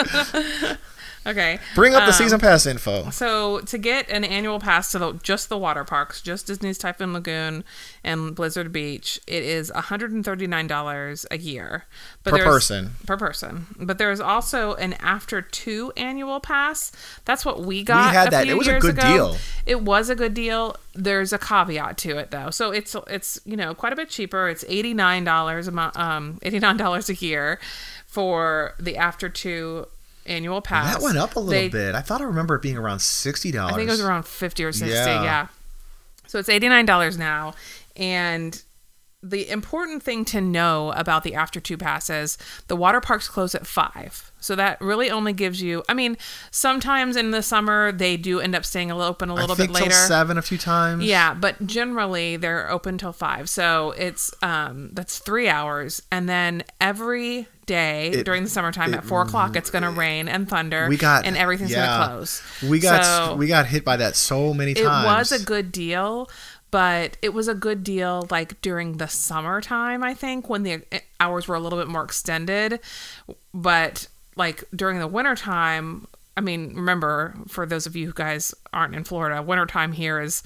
okay.
Bring up the season pass info.
So to get an annual pass to the, just the water parks, just Disney's Typhoon Lagoon and Blizzard Beach, it is $139 a year. But
Per
there's-
person.
Per person. But there's also an after two annual pass. That's what we got.
had
a
that.
few
It was a
years
good
ago.
deal.
It was a good deal. There's a caveat to it though. So it's it's you know quite a bit cheaper. It's eighty nine dollars a month, um, eighty nine dollars a year for the after two annual pass.
That went up a little
They-
bit. I thought I remember it being around sixty dollars.
I think it was around 50 or 60.
Yeah.
Yeah. So it's $89 now. And the important thing to know about the after two passes, the water parks close at five. So that really only gives you, I mean, sometimes in the summer they do end up staying a little open a
I
little
think
bit later.
till seven a few times.
Yeah, but generally they're open till five. So it's um that's three hours, and then every day during the summertime at four o'clock it's going to rain and thunder.
we got
and everything's
yeah.
going to close.
We got
So-
we got hit by that so many
it
times.
was a good deal but it was a good deal like during the summertime i think when the hours were a little bit more extended but like during the wintertime i mean remember for those of you who guys aren't in florida wintertime here is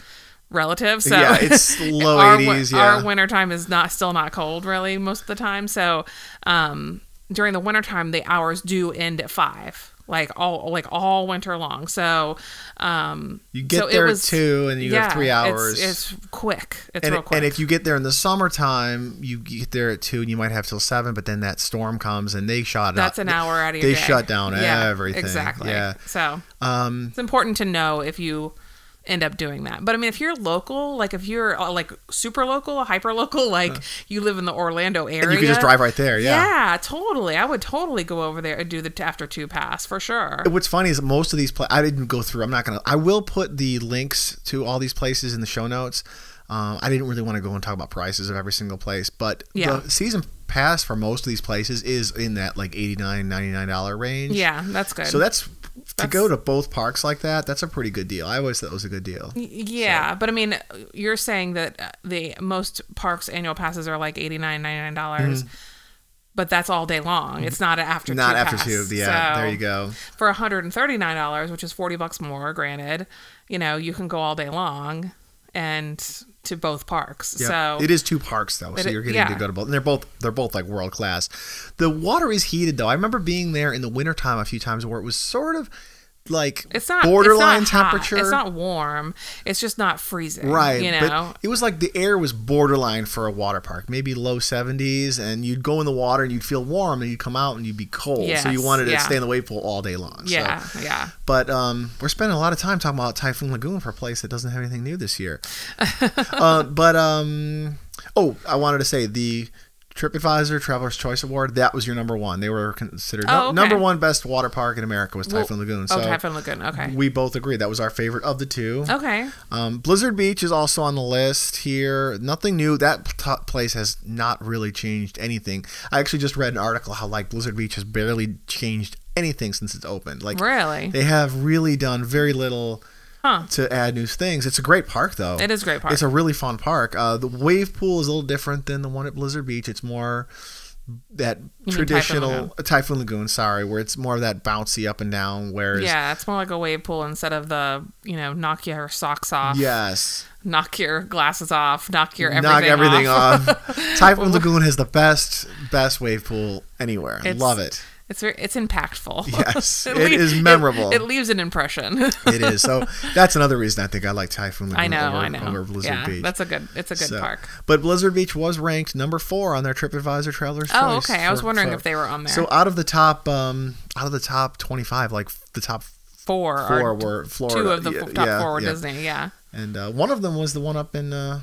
relative so
Yeah, it's low
our,
80s,
wi-
yeah.
our wintertime is not still not cold really most of the time so um during the wintertime the hours do end at five like all like all winter long so um
You get
so it
there at
was-
two and you have three
it's-
hours.
It's, quick. It's
and,
real quick.
and if you get there in the summertime, you get there at two, and you might have till seven. But then that storm comes, and they shot. it
that's
up.
an hour out of your
They
day.
shut down
Yeah,
everything.
Exactly.
Yeah.
So
Um,
it's important to know if you end up doing that. But I mean, if you're local, like if you're uh, like super local, hyper local, like you live in the Orlando area,
and you can just drive right there. Yeah.
Yeah, totally. I would totally go over there and do the t- after two pass for sure.
What's funny is most of these places I didn't go through. I'm not gonna. I will put the links to all these places in the show notes. Um, I didn't really want to go and talk about prices of every single place, but
Yeah.
the season pass for most of these places is in that like 89 99 dollar range.
Yeah, that's good.
So that's to go to both parks like that. That's a pretty good deal. I always thought it was a good deal.
Yeah, but I mean, you're saying that uh, the most parks annual passes are like eighty nine, ninety nine dollars, but that's all day long. It's not an after
Mm. Not
two
after
pass.
two. Yeah,
So
there you go.
For one hundred and thirty nine dollars, which is forty bucks more, granted, you know you can go all day long and to both parks.
Yeah.
So
it is two parks though, so
it-
you're getting to
yeah.
go to both. And they're both they're both like world class. The water is heated though. I remember being there in the wintertime a few times where it was sort of like
it's not
borderline
it's not hot.
temperature.
It's not warm. It's just not freezing.
right.
You know.
But it was like the air was borderline for a water park, maybe low 70s and you'd go in the water and you'd feel warm and you'd come out and you'd be cold. so you
Yes,
wanted to
yeah.
stay in the wave pool all day long. So-
yeah. Yeah.
But um, we're spending a lot of time talking about Typhoon Lagoon for a place that doesn't have anything new this year. uh, but um, oh, I wanted to say the TripAdvisor Traveler's Choice Award that was your number one. They were considered
Oh,
nu-
okay.
number one best water park in America was Typhoon Lagoon. So
oh, Typhoon Lagoon. Okay. Oh.
we both agree that was our favorite of the two.
okay.
Um, Blizzard Beach is also on the list here. Nothing new. That t- place has not really changed anything. I actually just read an article how like Blizzard Beach has barely changed anything since it's opened. Like
Really?
they have really done very little
Huh.
to add new things. It's a great park though.
It is a great park.
It's a really fun park. Uh, the wave pool is a little different than the one at Blizzard Beach. It's more that
Typhoon
traditional
Lagoon.
uh, Typhoon Lagoon, sorry, where it's more of that bouncy up and down. Whereas
yeah, it's more like a wave pool instead of the, you know, knock your socks off,
yes,
knock your glasses off, knock your everything
knock everything
off.
off. Typhoon Lagoon has the best best wave pool anywhere.
It's-
Love it.
It's very, it's impactful.
Yes,
It
it
lea-
is memorable.
It, it leaves an impression.
it is. So that's another reason I think I like Typhoon Lagoon
I know,
over,
I know.
over Blizzard
yeah,
Beach.
that's a good, it's a good
So-
park.
But Blizzard Beach was ranked number four on their TripAdvisor Travelers.
Oh,
Choice
okay. I was
for-
wondering
so-
if they were on there.
So out of the top, um, out of the top twenty-five, like f- the top
four,
four
or
were Florida.
two of the
Yeah,
f- top
yeah,
four were
yeah.
Disney. Yeah.
and uh, one of them was the one up in uh,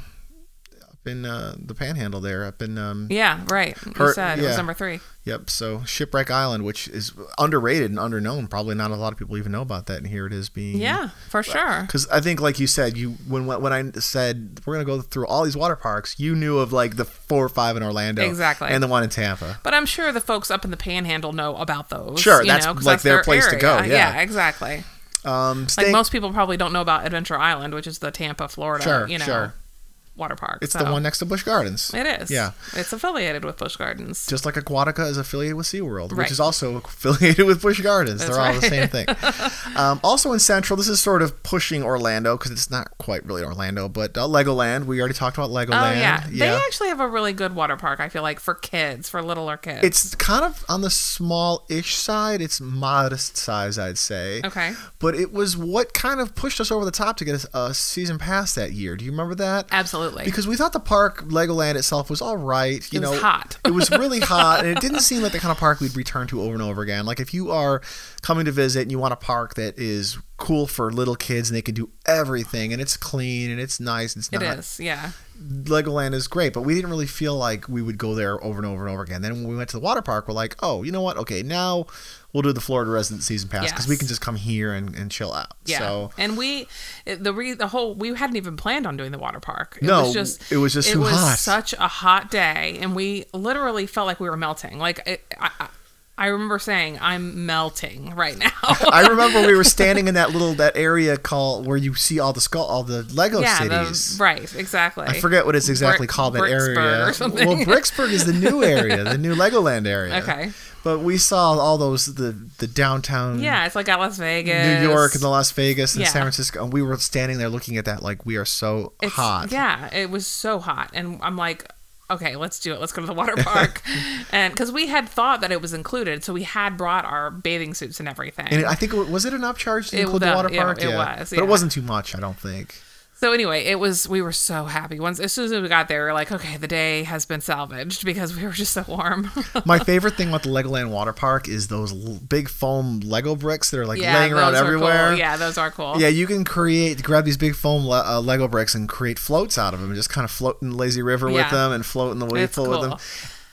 up in uh, the Panhandle there, up in um,
Yeah, right. You
Her-
said it
yeah.
was number three.
yep. So Shipwreck Island, which is underrated and underknown, probably not a lot of people even know about that, and here it is being
Yeah, for sure.
Because I think, like you said, you when when I said we're gonna go through all these water parks, you knew of like the four or five in Orlando,
Exactly.
and the one in Tampa.
But I'm sure the folks up in the Panhandle know about those.
Sure,
you
that's
know, 'cause
like their place to go,
area.
yeah.
exactly.
Um,
Like
staying-
most people probably don't know about Adventure Island, which is the Tampa, Florida,
Sure,
you know,
sure.
water park.
it's
so.
the one next to Busch Gardens.
It is.
Yeah.
It's affiliated with Busch Gardens.
Just like Aquatica is affiliated with SeaWorld, which
Right.
is also affiliated with Busch Gardens. They're all the same thing. um, also in Central, this is sort of pushing Orlando because it's not quite really Orlando, but uh, Legoland. We already talked about
Oh
Legoland.
yeah. They actually have a really good water park, I feel like, for kids, for littler kids.
it's kind of on the small-ish side. It's modest size, I'd say.
Okay.
But it was what kind of pushed us over the top to get us a season pass that year. Do you remember that?
Absolutely.
Because we thought the park, Legoland itself, was all right. You
It was
know,
hot.
it was really hot, and it didn't seem like the kind of park we'd return to over and over again. Like if you are coming to visit and you want a park that is cool for little kids and they can do everything, and it's clean and it's nice, and it's
it
not
is, yeah.
Legoland is great, but we didn't really feel like we would go there over and over and over again. Then when we went to the water park, we're like, oh, you know what? Okay, now we'll do the Florida resident season pass because we
Yes.
can just come here and, and chill out.
Yeah,
So
and we it- the re, the whole we hadn't even planned on doing the water park. It
No,
was just
it was just
it
too
was
hot.
such a hot day, and we literally felt like we were melting. Like it, I, I, I remember saying, "I'm melting right now."
I remember we were standing in that little that area called where you see all the skull all the Lego
yeah, the-
Oh, cities.
right, exactly.
I forget what it's exactly
Brick-
called that
Bricksburg
area.
or something.
Well, Bricksburg is the new area, the new Legoland area.
Okay.
But we saw all those the the downtown
Yeah, it's like at Las Vegas,
New York and the Las Vegas and
Yeah.
San Francisco. And we were standing there looking at that like we are so
It's-
hot.
Yeah, it was so hot, and I'm like, okay, let's do it. Let's go to the water park, and because we had thought that it was included, so we had brought our bathing suits and everything.
And it, I think it wa- was it an upcharge to
It
include the
was,
water
yeah,
park?
it was,
but
yeah.
it wasn't too much, I don't think.
So anyway, it was we were so happy. Once as soon as we got there, we were like, okay, the day has been salvaged because we were just so warm.
My favorite thing about the Legoland water park is those l- big foam Lego bricks that are like laying around
those are
everywhere.
Cool. Yeah, those are cool.
Yeah, you can create grab these big foam le- uh, Lego bricks and create floats out of them, and just kind of float in the lazy river with
Yeah.
them, and float in the wave
It's
pool with them.
cool.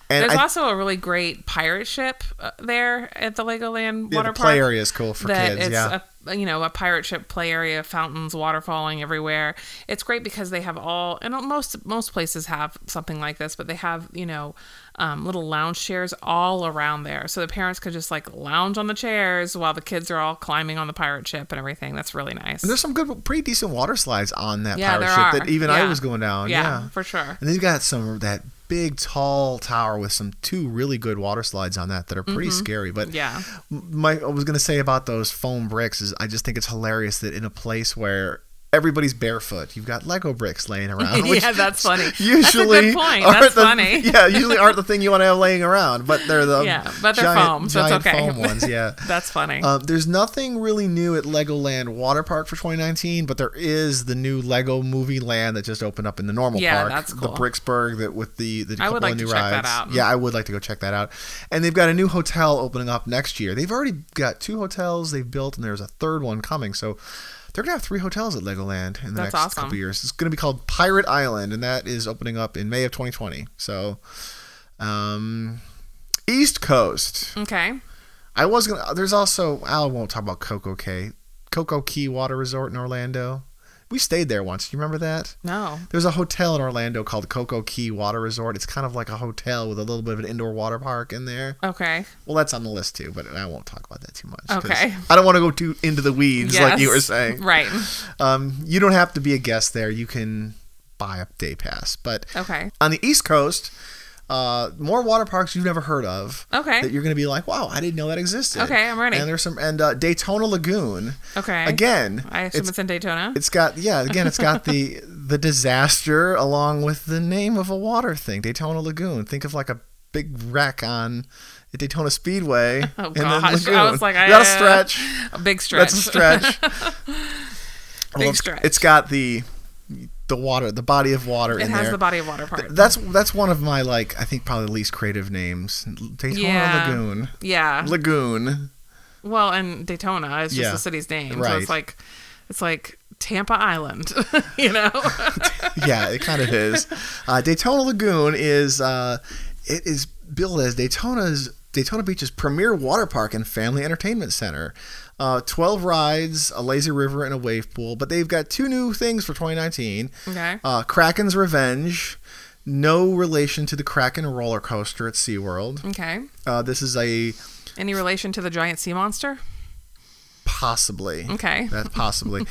And
There's
I,
also a really great pirate ship uh, there at the Legoland
yeah,
water
the play
park.
area is cool for
that
kids.
it's
yeah,
a you know a pirate ship play area, fountains, waterfalling everywhere. It's great because they have all and most most places have something like this, but they have you know um, little lounge chairs all around there, so the parents could just like lounge on the chairs while the kids are all climbing on the pirate ship and everything. That's really nice.
And there's some good, pretty decent water slides on that
yeah,
pirate
there
ship
are.
that even I
Yeah.
was going down. Yeah,
Yeah, for sure.
And they've got some that big tall tower with some two really good water slides on that that are pretty scary. But
Mm-hmm. Yeah.
m- my I was gonna say about those foam bricks is I just think it's hilarious that in a place where everybody's barefoot, you've got Lego bricks laying around. which
yeah, that's funny.
Usually,
that's a good point.
aren't
That's
the-
funny.
Yeah, usually aren't the thing you want to have laying around, but they're the
Yeah, but they're
giant,
foam, so it's
giant
okay.
foam ones. Yeah.
That's funny.
Uh, there's nothing really new at Legoland Water Park for 2019, but there is the new Lego Movie Land that just opened up in the normal
Yeah,
park,
that's
the
cool.
Bricksburg that with the the
I
couple
would
of
like
new
to check
rides.
that out.
Yeah, I would like to go check that out. And they've got a new hotel opening up next year. They've already got two hotels they've built, and there's a third one coming. So. They're gonna have three hotels at Legoland in the
That's
next couple
awesome.
years. It's gonna be called Pirate Island, and that is opening up in May of 2020. So, um, East Coast.
okay.
I was gonna. There's also I won't talk about Coco Cay, Coco Key Water Resort in Orlando, We stayed there once. Do you remember that?
No.
There's a hotel in Orlando called Coco Key Water Resort. It's kind of like a hotel with a little bit of an indoor water park in there.
Okay.
Well, that's on the list too, but I won't talk about that too much. 'cause
Okay.
I don't want to go too into the weeds like you were
Yes.
saying.
Right.
Um, you don't have to be a guest there. You can buy a day pass. But
Okay.
on the East Coast, uh, more water parks you've never heard of.
Okay.
That you're going to be like, wow, I didn't know that existed.
Okay, I'm ready.
And there's some, and uh, Daytona Lagoon.
Okay.
Again,
I assume it's,
it's,
in Daytona.
it's got yeah. Again, it's got the the disaster along with the name of a water thing, Daytona Lagoon. Think of like a big wreck on the Daytona Speedway.
Oh,
and then
gosh. I
lagoon.
was like, I-
That's a stretch.
a big stretch.
That's a stretch.
Big
it's-
stretch.
It's got the the water, the body of water
it
in
has
there.
the body of water part.
That's that's one of my like I think probably least creative names. Daytona
Yeah.
Lagoon.
yeah.
Lagoon.
well, and Daytona is just
Yeah.
the city's name. So
Right.
it's like it's like Tampa Island, you know?
yeah, it kind of is. Uh, Daytona Lagoon is uh, it is billed as Daytona's Daytona Beach's premier water park and family entertainment center. Uh, Twelve rides, a lazy river, and a wave pool. But they've got two new things for 2019.
Okay.
Uh, Kraken's Revenge. No relation to the Kraken roller coaster at SeaWorld.
okay.
Uh, this is a
Any relation to the giant sea monster?
possibly.
Okay.
That possibly.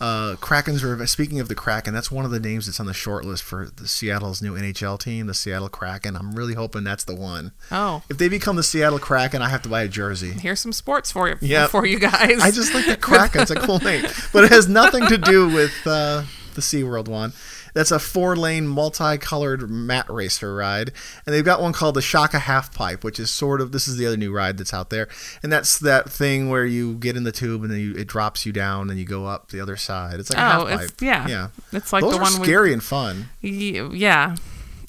uh, Kraken's Revenge. Speaking of the Kraken, that's one of the names that's on the short list for the Seattle's new NHL team, the Seattle Kraken. I'm really hoping that's the one.
Oh,
If they become the Seattle Kraken, I have to buy a jersey.
here's some sports for you
Yep.
for you guys.
I just think the Kraken's a cool name, but it has nothing to do with uh, the SeaWorld one. That's a four lane, multicolored mat racer ride. And they've got one called the Shaka Half Pipe, which is sort of this is the other new ride that's out there. And that's that thing where you get in the tube and then you, it drops you down and you go up the other side. It's like a half
Oh,
pipe.
it's yeah.
Yeah.
It's like
Those
the
are
one
scary and fun.
we Y- Yeah.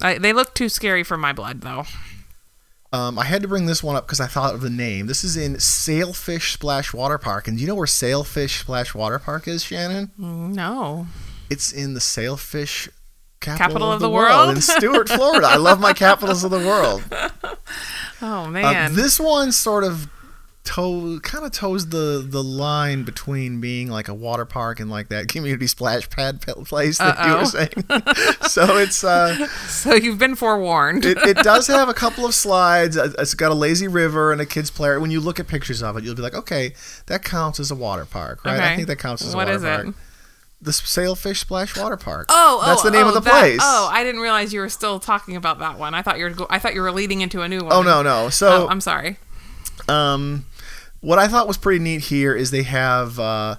I, they look too scary for my blood though.
Um, I had to bring this one up because I thought of the name. This is in Sailfish Splash Water Park. And do you know where Sailfish Splash Water Park is, Shannon?
No.
It's in the sailfish capital,
Capital
of,
of
the,
the
world.
world.
in Stuart, Florida. I love my capitals of the world.
Oh
Uh,
man.
this one sort of toe kind of toes the the line between being like a water park and like that community splash pad pe- place that you were
Uh-oh.
saying. so it's uh
so you've been forewarned.
it, it does have a couple of slides. Uh, It's got a lazy river and a kids player. When you look at pictures of it, you'll be like, okay, that counts as a water park, right? I
Okay.
think that counts as a
What
water
is
park.
it?
The Sailfish Splash Water Park.
Oh, oh,
that's the name
oh,
of the
that-
place.
Oh, I didn't realize you were still talking about that one. I thought you were. go- I thought you were leading into a new one.
Oh no, no.
Oh,
So
I'm sorry.
um, what I thought was pretty neat here is they have uh,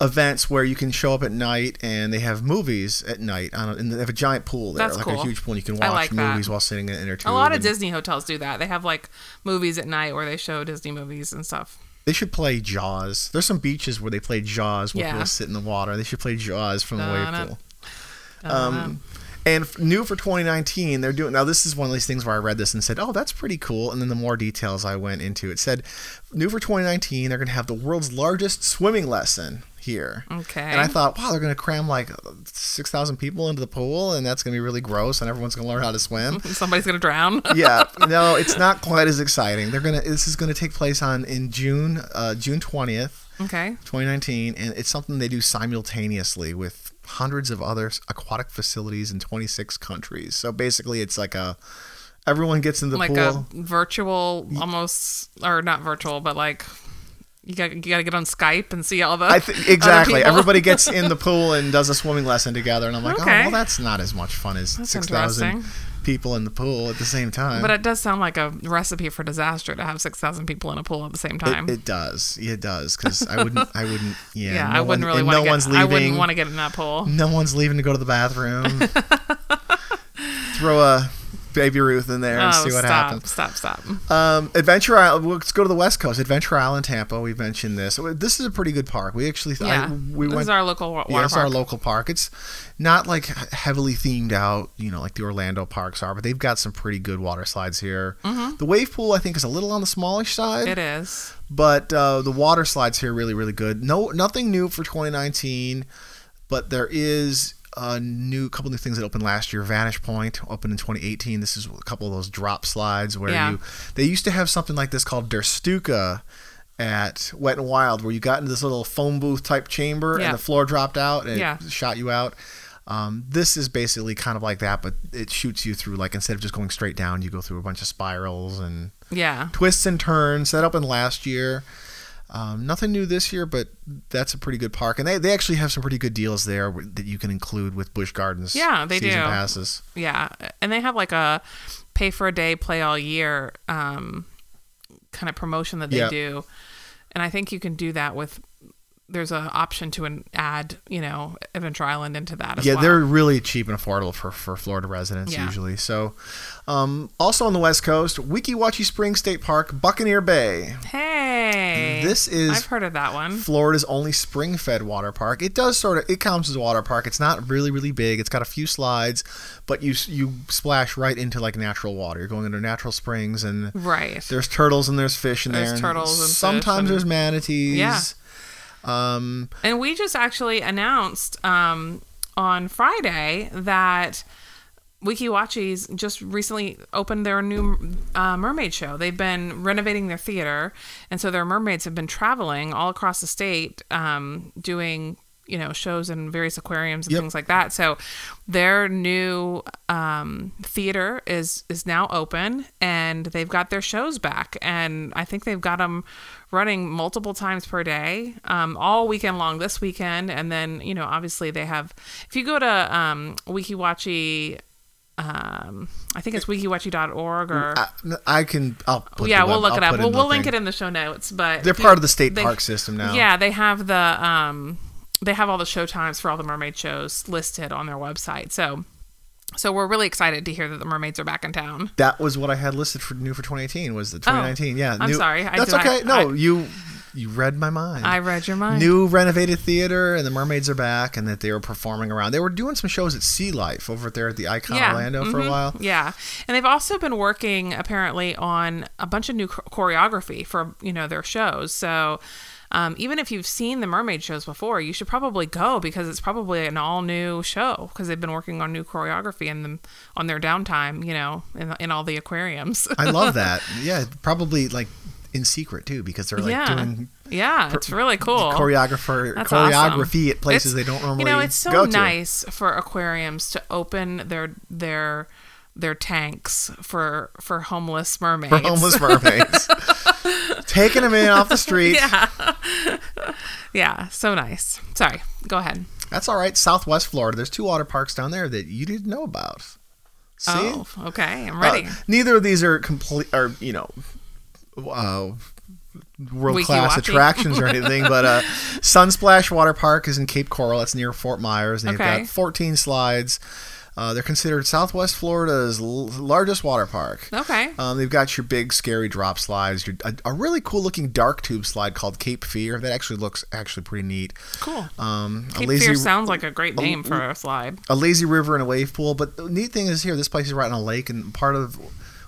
events where you can show up at night, and they have movies at night. On a, and they have a giant pool there,
That's
like a
cool.
huge pool, and you can
I
watch
like that.
movies while sitting in inner tube.
A lot of
and
Disney hotels do that. They have like movies at night where they show Disney movies and stuff.
They should play Jaws. There's some beaches where they play Jaws where
Yeah.
people sit in the water. They should play Jaws from the wave
Dun-dun.
pool. Um, and f- new for 2019, they're doing now. This is one of these things where I read this and said, "Oh, that's pretty cool." And then the more details I went into, it said, "New for 2019, they're going to have the world's largest swimming lesson here."
Okay.
And I thought, wow, they're going to cram like 6,000 people into the pool, and that's going to be really gross, and everyone's going to learn how to swim
Somebody's gonna drown.
yeah, no, it's not quite as exciting. They're gonna. This is gonna take place on in June, uh, June twentieth,
okay.
twenty nineteen, and it's something they do simultaneously with hundreds of other aquatic facilities in twenty six countries. So basically, it's like a everyone gets in the
Like
pool.
a virtual, almost or not virtual, but like you got you got to get on Skype and see all the.
I think
other
exactly.
people.
Everybody gets in the pool and does a swimming lesson together, and I'm like, oh,
Okay.
well, that's not as much fun as
That's
six thousand
interesting.
people in the pool at the same time.
But it does sound like a recipe for disaster to have six thousand people in a pool at the same time.
It, it does. It does. Because I wouldn't. I wouldn't. Yeah.
yeah,
no
I wouldn't
one-
really
and
want
No
to
one's
get. I wouldn't
leaving.
want to get in that pool.
No one's leaving to go to the bathroom. Throw a baby Ruth in there and see what
Oh, stop,
happens.
Stop! Stop!
Um, Adventure Island. Let's go to the West Coast. Adventure Island, Tampa. We've mentioned this. This is a pretty good park. We actually, I-
Yeah,
we
this
went.
is our local wa- water
yeah, it's
park.
our local park. It's not like heavily themed out, you know, like the Orlando parks are, but they've got some pretty good water slides here.
Mm-hmm.
The wave pool, I think, is a little on the smallish side.
it is.
but uh, the water slides here are really really good no nothing new for 2019 but there is a new couple new things that opened last year vanish point opened in 2018 this is a couple of those drop slides where
Yeah.
you they used to have something like this called derstuka at Wet and Wild where you got into this little phone booth type chamber
Yeah.
and the floor dropped out and
Yeah.
it shot you out. Um, this is basically kind of like that, but it shoots you through like instead of just going straight down, you go through a bunch of spirals and
Yeah.
twists and turns that opened last year. Um, nothing new this year, but that's a pretty good park, and they, they actually have some pretty good deals there wh- that you can include with Bush Gardens.
Yeah, they
season
do.
passes.
Yeah. And they have like a pay for a day, play all year um, kind of promotion that they
Yeah.
do. And I think you can do that with there's an option to an add, you know, Adventure Island into that as
yeah,
well.
they're really cheap and affordable for, for Florida residents
Yeah.
usually. So, um, also on the West Coast, Wikiwachi Springs State Park, Buccaneer Bay.
Hey.
This is
I've heard of that one.
Florida's only spring-fed water park. It does sort of it counts as a water park. It's not really really big. It's got a few slides, but you you splash right into like natural water. You're going into natural springs and
Right.
there's turtles and there's fish in
There's
there. and
turtles and fish
sometimes
and-
there's manatees.
Yeah.
Um,
And we just actually announced um, on Friday that WikiWatchies just recently opened their new uh, mermaid show. They've been renovating their theater, and so their mermaids have been traveling all across the state um, doing you know shows in various aquariums and
Yep.
things like that. So their new um, theater is is now open, and they've got their shows back, and I think they've got them running multiple times per day, um, all weekend long this weekend, and then you know obviously they have. If you go to um, WikiWatchy um, I think it's wikiwachi.org or
Mm, I, I can. I'll put
yeah,
the
we'll
web-
look
I'll
it up.
put
We'll,
the
we'll link
thing.
it in the show notes, but
They're
if you-
part of the state
they-
park system now.
Yeah, they have the um, they have all the show times for all the mermaid shows listed on their website. So, so we're really excited to hear that the mermaids are back in town.
That was what I had listed for new for 2018 was the 2019. yeah,
Oh. I'm
new-
sorry. I
that's
did- I-
okay. no, you you read my mind.
I read your mind.
New renovated theater and the mermaids are back and that they were performing around. They were doing some shows at Sea Life over there at the Icon Orlando for a
mhm,
while.
Yeah, and they've also been working apparently on a bunch of new cho- choreography for you know their shows. So um, even if you've seen the mermaid shows before, you should probably go because it's probably an all new show because they've been working on new choreography in them on their downtime. You know, in, in all the aquariums.
I love that. yeah, probably like in secret too because they're like
yeah,
doing
yeah, it's really cool.
choreographer
That's
choreography
awesome.
at places
It's-
they don't normally
You know, it's so
go to.
nice for aquariums to open their their their tanks for for homeless mermaids.
for homeless mermaids. Taking them in off the street.
yeah. yeah, so nice. Sorry. Go ahead.
That's all right. Southwest Florida. There's two water parks down there that you didn't know about. See?
Oh, okay. I'm ready.
Uh, neither of these are complete, or you know, uh, world class
Wiki-waki.
attractions or anything. but uh, Sunsplash Water Park is in Cape Coral. That's near Fort Myers. And they've
Okay.
got 14 slides. Uh, they're considered Southwest Florida's l- largest water park.
okay.
Um, they've got your big scary drop slides, your, a, a really cool looking dark tube slide called Cape Fear that actually looks actually pretty neat.
cool.
Um, a
Cape
lazy um, mm,
Fear sounds like a great name for a slide.
a lazy river and a wave pool. But the neat thing is here, this place is right on a lake, and part of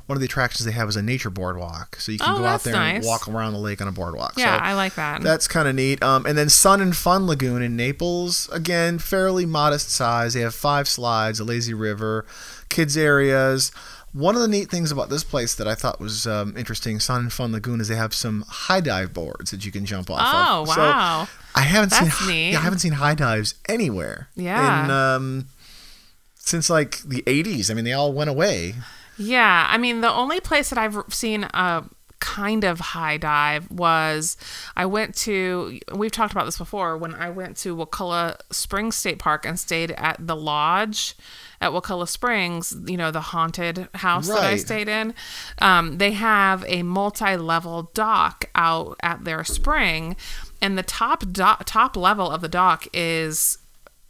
one of the attractions they have is a nature boardwalk, so you can
Oh,
go out
that's
there and
nice.
walk around the lake on a boardwalk.
Yeah,
so
I like that.
that's kind of neat. Um, and then Sun and Fun Lagoon in Naples, again, fairly modest size. They have five slides, a lazy river, kids areas. One of the neat things about this place that I thought was um, interesting, Sun and Fun Lagoon, is they have some high dive boards that you can jump off
Oh,
of. So
wow.
I haven't
That's
seen
neat.
yeah, I haven't seen high dives anywhere.
Yeah.
In, um, since like the 80s. I mean, they all went away.
Yeah, I mean the only place that I've seen a kind of high dive was I went to we've talked about this before when I went to Wakulla Springs State Park and stayed at the lodge at Wakulla Springs, you know, the haunted house that I
Right.
stayed in. Um, they have a multi-level dock out at their spring and the top do- top level of the dock is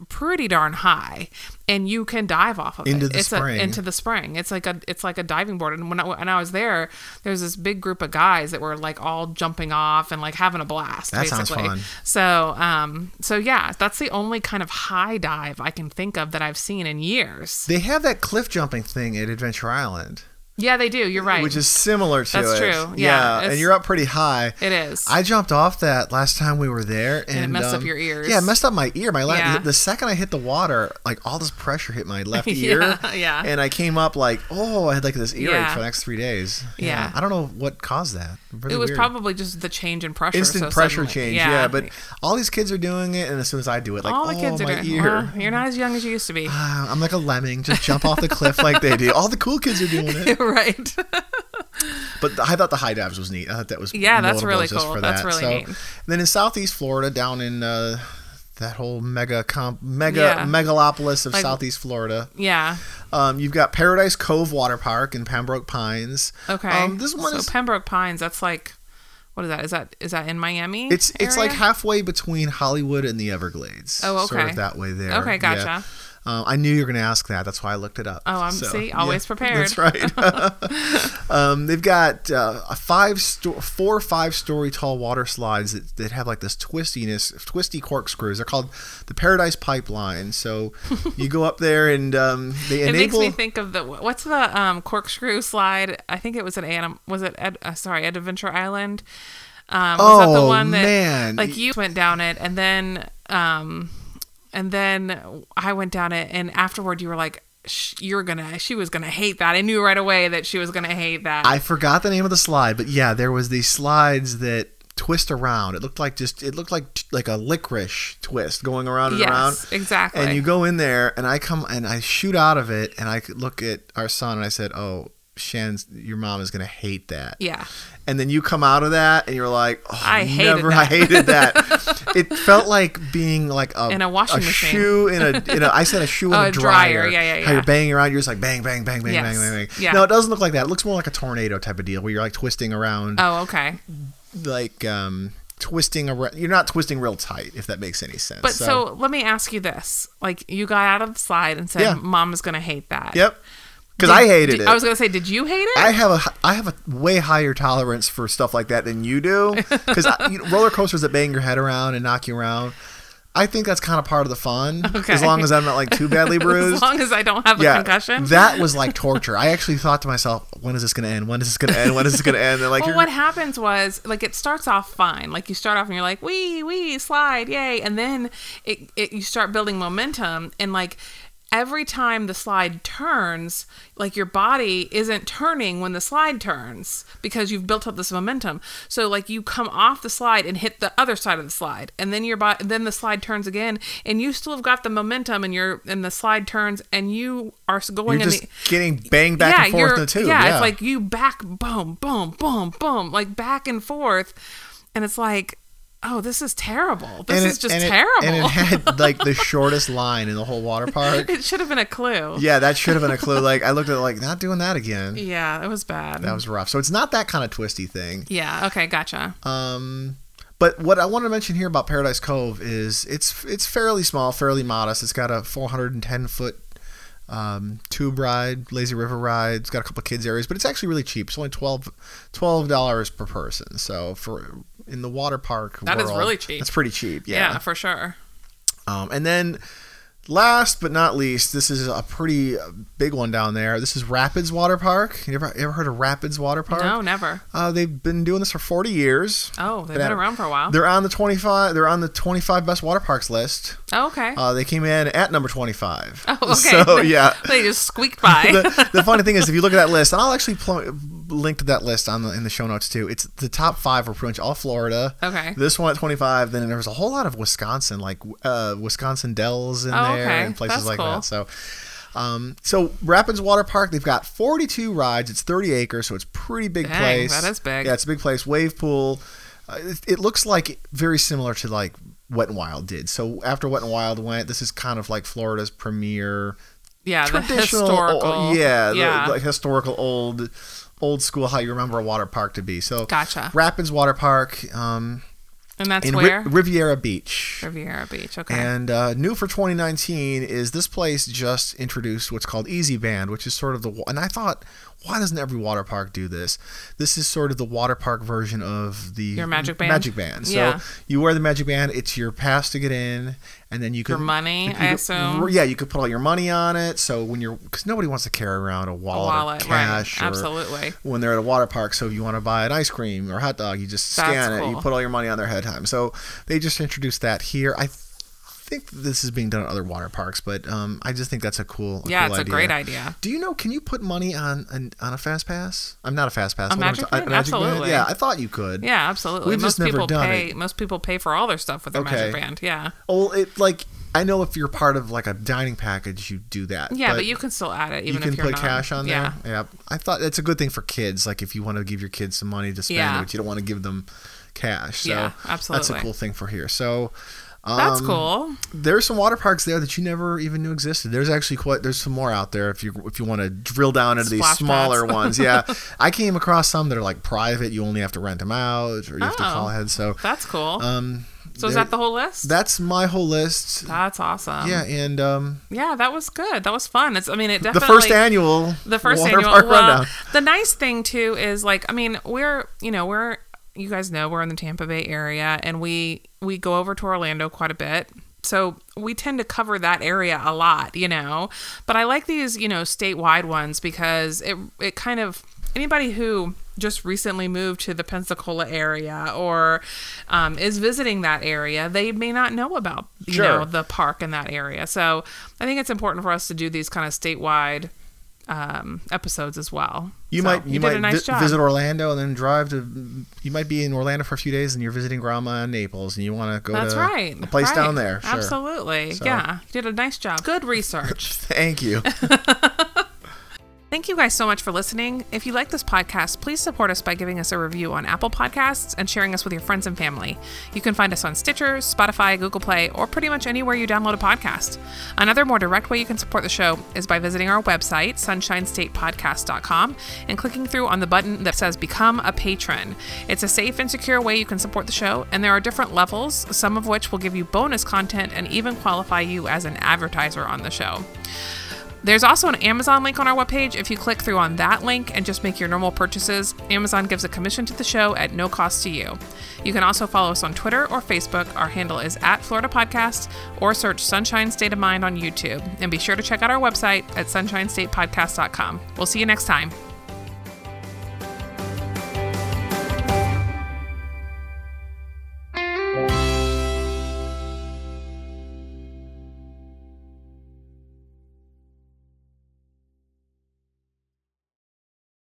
pretty darn high and you can dive off of
Into
it.
the
it's
spring.
A, into the spring. It's like a it's like a diving board. And when I, when I was there, there was this big group of guys that were like all jumping off and like having a blast.
That sounds
basically.
fun.
So um so yeah, that's the only kind of high dive I can think of that I've seen in years.
They have that cliff jumping thing at Adventure Island.
Yeah, they do. You're right.
which is similar to
That's
it.
true. Yeah,
and
it's-
you're up pretty high.
it is.
I jumped off that last time we were there, and,
it messed up
um,
your ears.
Yeah, it messed up my ear. My left.
Yeah.
The second I hit the water, like all this pressure hit my left ear.
Yeah, yeah.
And I came up like, oh, I had like this earache
Yeah.
for the next three days.
Yeah.
I don't know what caused that. Really
it was
weird.
probably just the change in pressure.
instant
so
pressure
suddenly-
change. Yeah. But all these kids are doing it, and as soon as I do it, like,
all the
oh,
kids are
my
doing. Uh-huh.
ear.
Well, you're not as young as you used to be.
Ah, I'm like a lemming, just jump off the cliff like they do. All the cool kids are doing it.
right.
But I thought the high dives was neat. I thought that was
Yeah, that's
notable
really
just
cool.
For
That's
that.
really
so,
neat.
and Then in Southeast Florida, down in uh, that whole mega comp, mega
Yeah.
megalopolis of
Like-
Southeast Florida,
yeah.
um, you've got Paradise Cove Water Park in Pembroke Pines.
Okay.
Um, this one
so
is
Pembroke Pines. That's like, what is that? Is that is that in Miami?
it's it's like
area?
halfway between Hollywood and the Everglades.
Oh,
Sort
okay.
of that way there.
Okay,
Yeah.
gotcha.
Um, I knew you were going to ask that. That's why I looked it up.
Oh, I'm- see, always prepared.
That's right. um, they've got uh, a five, sto- four or five story tall water slides that, that have like this twistiness, twisty corkscrews. They're called the Paradise Pipeline. So you go up there and um, they
It
enable.
makes me think of the what's the um, corkscrew slide? I think it was an anim. Was it Ed, uh, sorry at Adventure Island? Um, was that the
Oh,
one that
man.
like you went down it and then um, and then I went down it and afterward you were like "Sh- you're gonna she was gonna hate that. I knew right away that she was gonna hate that.
I forgot the name of the slide, but yeah, there was these slides that twist around. It looked like just it looked like like a licorice twist going around and
yes,
around.
exactly.
And you go in there, and I come and I shoot out of it, and I could look at our son, and I said, "Oh, Shan's, your mom is gonna hate that."
yeah.
And then you come out of that, and you're like, oh,
I hated
never,
that."
I hated that." it felt like being like a
In a washing machine.
shoe in a in a I said a shoe in
Oh,
a
a dryer.
dryer.
Yeah, yeah,
How
yeah.
you're banging around, you're just like bang, bang, bang, bang,
Yes.
bang, bang, bang.
Yeah.
No, it doesn't look like that. It looks more like a tornado type of deal where you're like twisting around,
Oh, okay.
like um twisting around. You're not twisting real tight, if that makes any sense.
But so, let me ask you this: like you got out of the slide and said,
Yeah.
"Mom is gonna hate that."
yep, because
Did-
I hated
did-
it.
I was gonna say, did you hate it?
I have a I have a way higher tolerance for stuff like that than you do because you know, roller coasters that bang your head around and knock you around. I think that's kind of part of the fun,
Okay.
as long as I'm not like too badly bruised.
as long as I don't have a concussion.
that was like torture. I actually thought to myself, when is this going to end? When is this going to end? When is this going to end? And like,
well,
you're-
what happens was like it starts off fine. Like you start off and you're like, wee wee slide, yay, and then it, it you start building momentum and like. Every time the slide turns, like your body isn't turning when the slide turns because you've built up this momentum. So like you come off the slide and hit the other side of the slide, and then your body, then the slide turns again, and you still have got the momentum, and you're and the slide turns, and you are s- going
you're
in
just
the
getting banged back and forth in
you're-
the tube.
Yeah, it's like you back, boom, boom, boom, boom, like back and forth, and it's like, oh, this is terrible. This
And
is
it-
just
and it-
terrible.
and
It,
it had like the shortest line in the whole water park.
should have been a clue. Yeah,
Yeah, that should have been a clue. Like, I looked at it like, not doing that again.
it was bad.
That was rough. So it's not that kind of twisty thing.
yeah. Okay. Gotcha.
Um, but what I want to mention here about Paradise Cove is it's it's fairly small, fairly modest. It's got a 410 foot um, tube ride, lazy river ride. It's got a couple kids areas, but it's actually really cheap. It's only 12 dollars per person. So for in the water park,
That is
world,
really cheap.
That's pretty cheap.
yeah.
Yeah.
for sure.
Um, and then. Last but not least, this is a pretty big one down there. This is Rapids Water Park. You ever, you ever heard of Rapids Water Park?
No, never.
Uh, they've been doing this for 40 years.
Oh, they've
Been
been
at-
around for a while.
They're on the 25. They're on the 25 best water parks list.
Oh, okay.
Uh, they came in at number 25.
oh, okay.
So yeah.
they just squeaked by.
The, the funny thing is, if you look at that list, and I'll actually pl- link to that list on the, in the show notes too. It's the top five were pretty much all Florida.
Okay.
This one at 25. Then there was a whole lot of Wisconsin, like uh, Wisconsin Dells in
Oh,
there
okay.
and places
That's
like
cool.
that. So. Um, so Rapids Water Park, they've got 42 rides. It's 30 acres, so it's pretty big
Dang,
place.
that is big.
Yeah, it's a big place. Wave pool. Uh, it, it looks like very similar to like Wet and Wild did. So after Wet and Wild went, this is kind of like Florida's premier
yeah, the
traditional, uh,
historical.
yeah, the-
Yeah.
like historical old, old school how you remember a water park to be. So
Gotcha.
Rapids Water Park, um,
and that's
in Ri-
where
Riviera Beach.
Riviera Beach. Okay.
And uh, new for 2019 is this place just introduced what's called Easy Band, which is sort of the. wa- And I thought, why doesn't every water park do this? This is sort of the water park version of the
Your magic band?
Magic band. So
Yeah.
you wear the magic band. It's your pass to get in, and then you can
Your money,
you
I
could-
assume?
Yeah, you could put all your money on it. So when you're, because nobody wants to carry around a wallet, or
wallet, right.
cash, or-
Absolutely.
When they're at a water park, so if you want to buy an ice cream or hot dog, you just
That's
scan it. You
cool.
put all your money on their head time. So they just introduced that here. I think this is being done at other water parks, but um, I just think that's a cool.
Yeah,
cool
it's a great idea.
Do you know? Can you put money on an, on a fast pass? I'm not a fast pass. what am I
Magic
ta-
Band? Absolutely.
Yeah, I thought you could.
Yeah, absolutely.
We've
most
just never
people
done
pay. Most people pay for all their stuff with their
Okay.
magic band. Yeah,
Oh, well, it like I know if you're part of like a dining package, you do that.
yeah, but, you can still add it. Even
you can
if you're
put
not-
cash on
Yeah,
there. Yeah, I thought that's a good thing for kids. Like if you want to give your kids some money to spend,
Yeah.
but you don't want to give them cash. So
Yeah,
That's a
absolutely.
cool thing for here. So. Um,
that's cool.
There's some water parks there that you never even knew existed. There's actually quite there's some more out there if you if you want to drill down into these
Splash
smaller
pads.
ones. Yeah, I came across some that are like private. You only have to rent them out, or you have to
Oh.
call ahead. So
That's cool.
um,
so is
there-
that the whole list?
That's my whole list.
that's awesome.
yeah, and um,
yeah, that was good. That was fun. It's. I mean, it
the
definitely
first annual
the first
water
annual.
park
well,
rundown.
the nice thing too is like I mean we're you know we're you guys know we're in the Tampa Bay area and we we go over to Orlando quite a bit. So we tend to cover that area a lot, you know. But I like these, you know, statewide ones because it it kind of anybody who just recently moved to the Pensacola area or um, is visiting that area, they may not know about you
Sure.
know the park in that area. So I think it's important for us to do these kind of statewide um, episodes as well.
You
So,
might you,
did
might
a nice
vi-
job.
visit Orlando and then drive to. You might be in Orlando for a few days and you're visiting grandma in Naples and you want to go
That's
to
right.
a place
Right.
down there. Sure.
Absolutely.
So-
Yeah. You did a nice job. Good research.
Thank you.
Thank you guys so much for listening. If you like this podcast, please support us by giving us a review on Apple Podcasts and sharing us with your friends and family. You can find us on Stitcher, Spotify, Google Play, or pretty much anywhere you download a podcast. Another more direct way you can support the show is by visiting our website, sunshinestatepodcast.com, and clicking through on the button that says Become a Patron. It's a safe and secure way you can support the show, and there are different levels, some of which will give you bonus content and even qualify you as an advertiser on the show. There's also an Amazon link on our webpage. If you click through on that link and just make your normal purchases, Amazon gives a commission to the show at no cost to you. You can also follow us on Twitter or Facebook. Our handle is at Florida Podcast or search Sunshine State of Mind on YouTube. And be sure to check out our website at sunshinestatepodcast.com. We'll see you next time.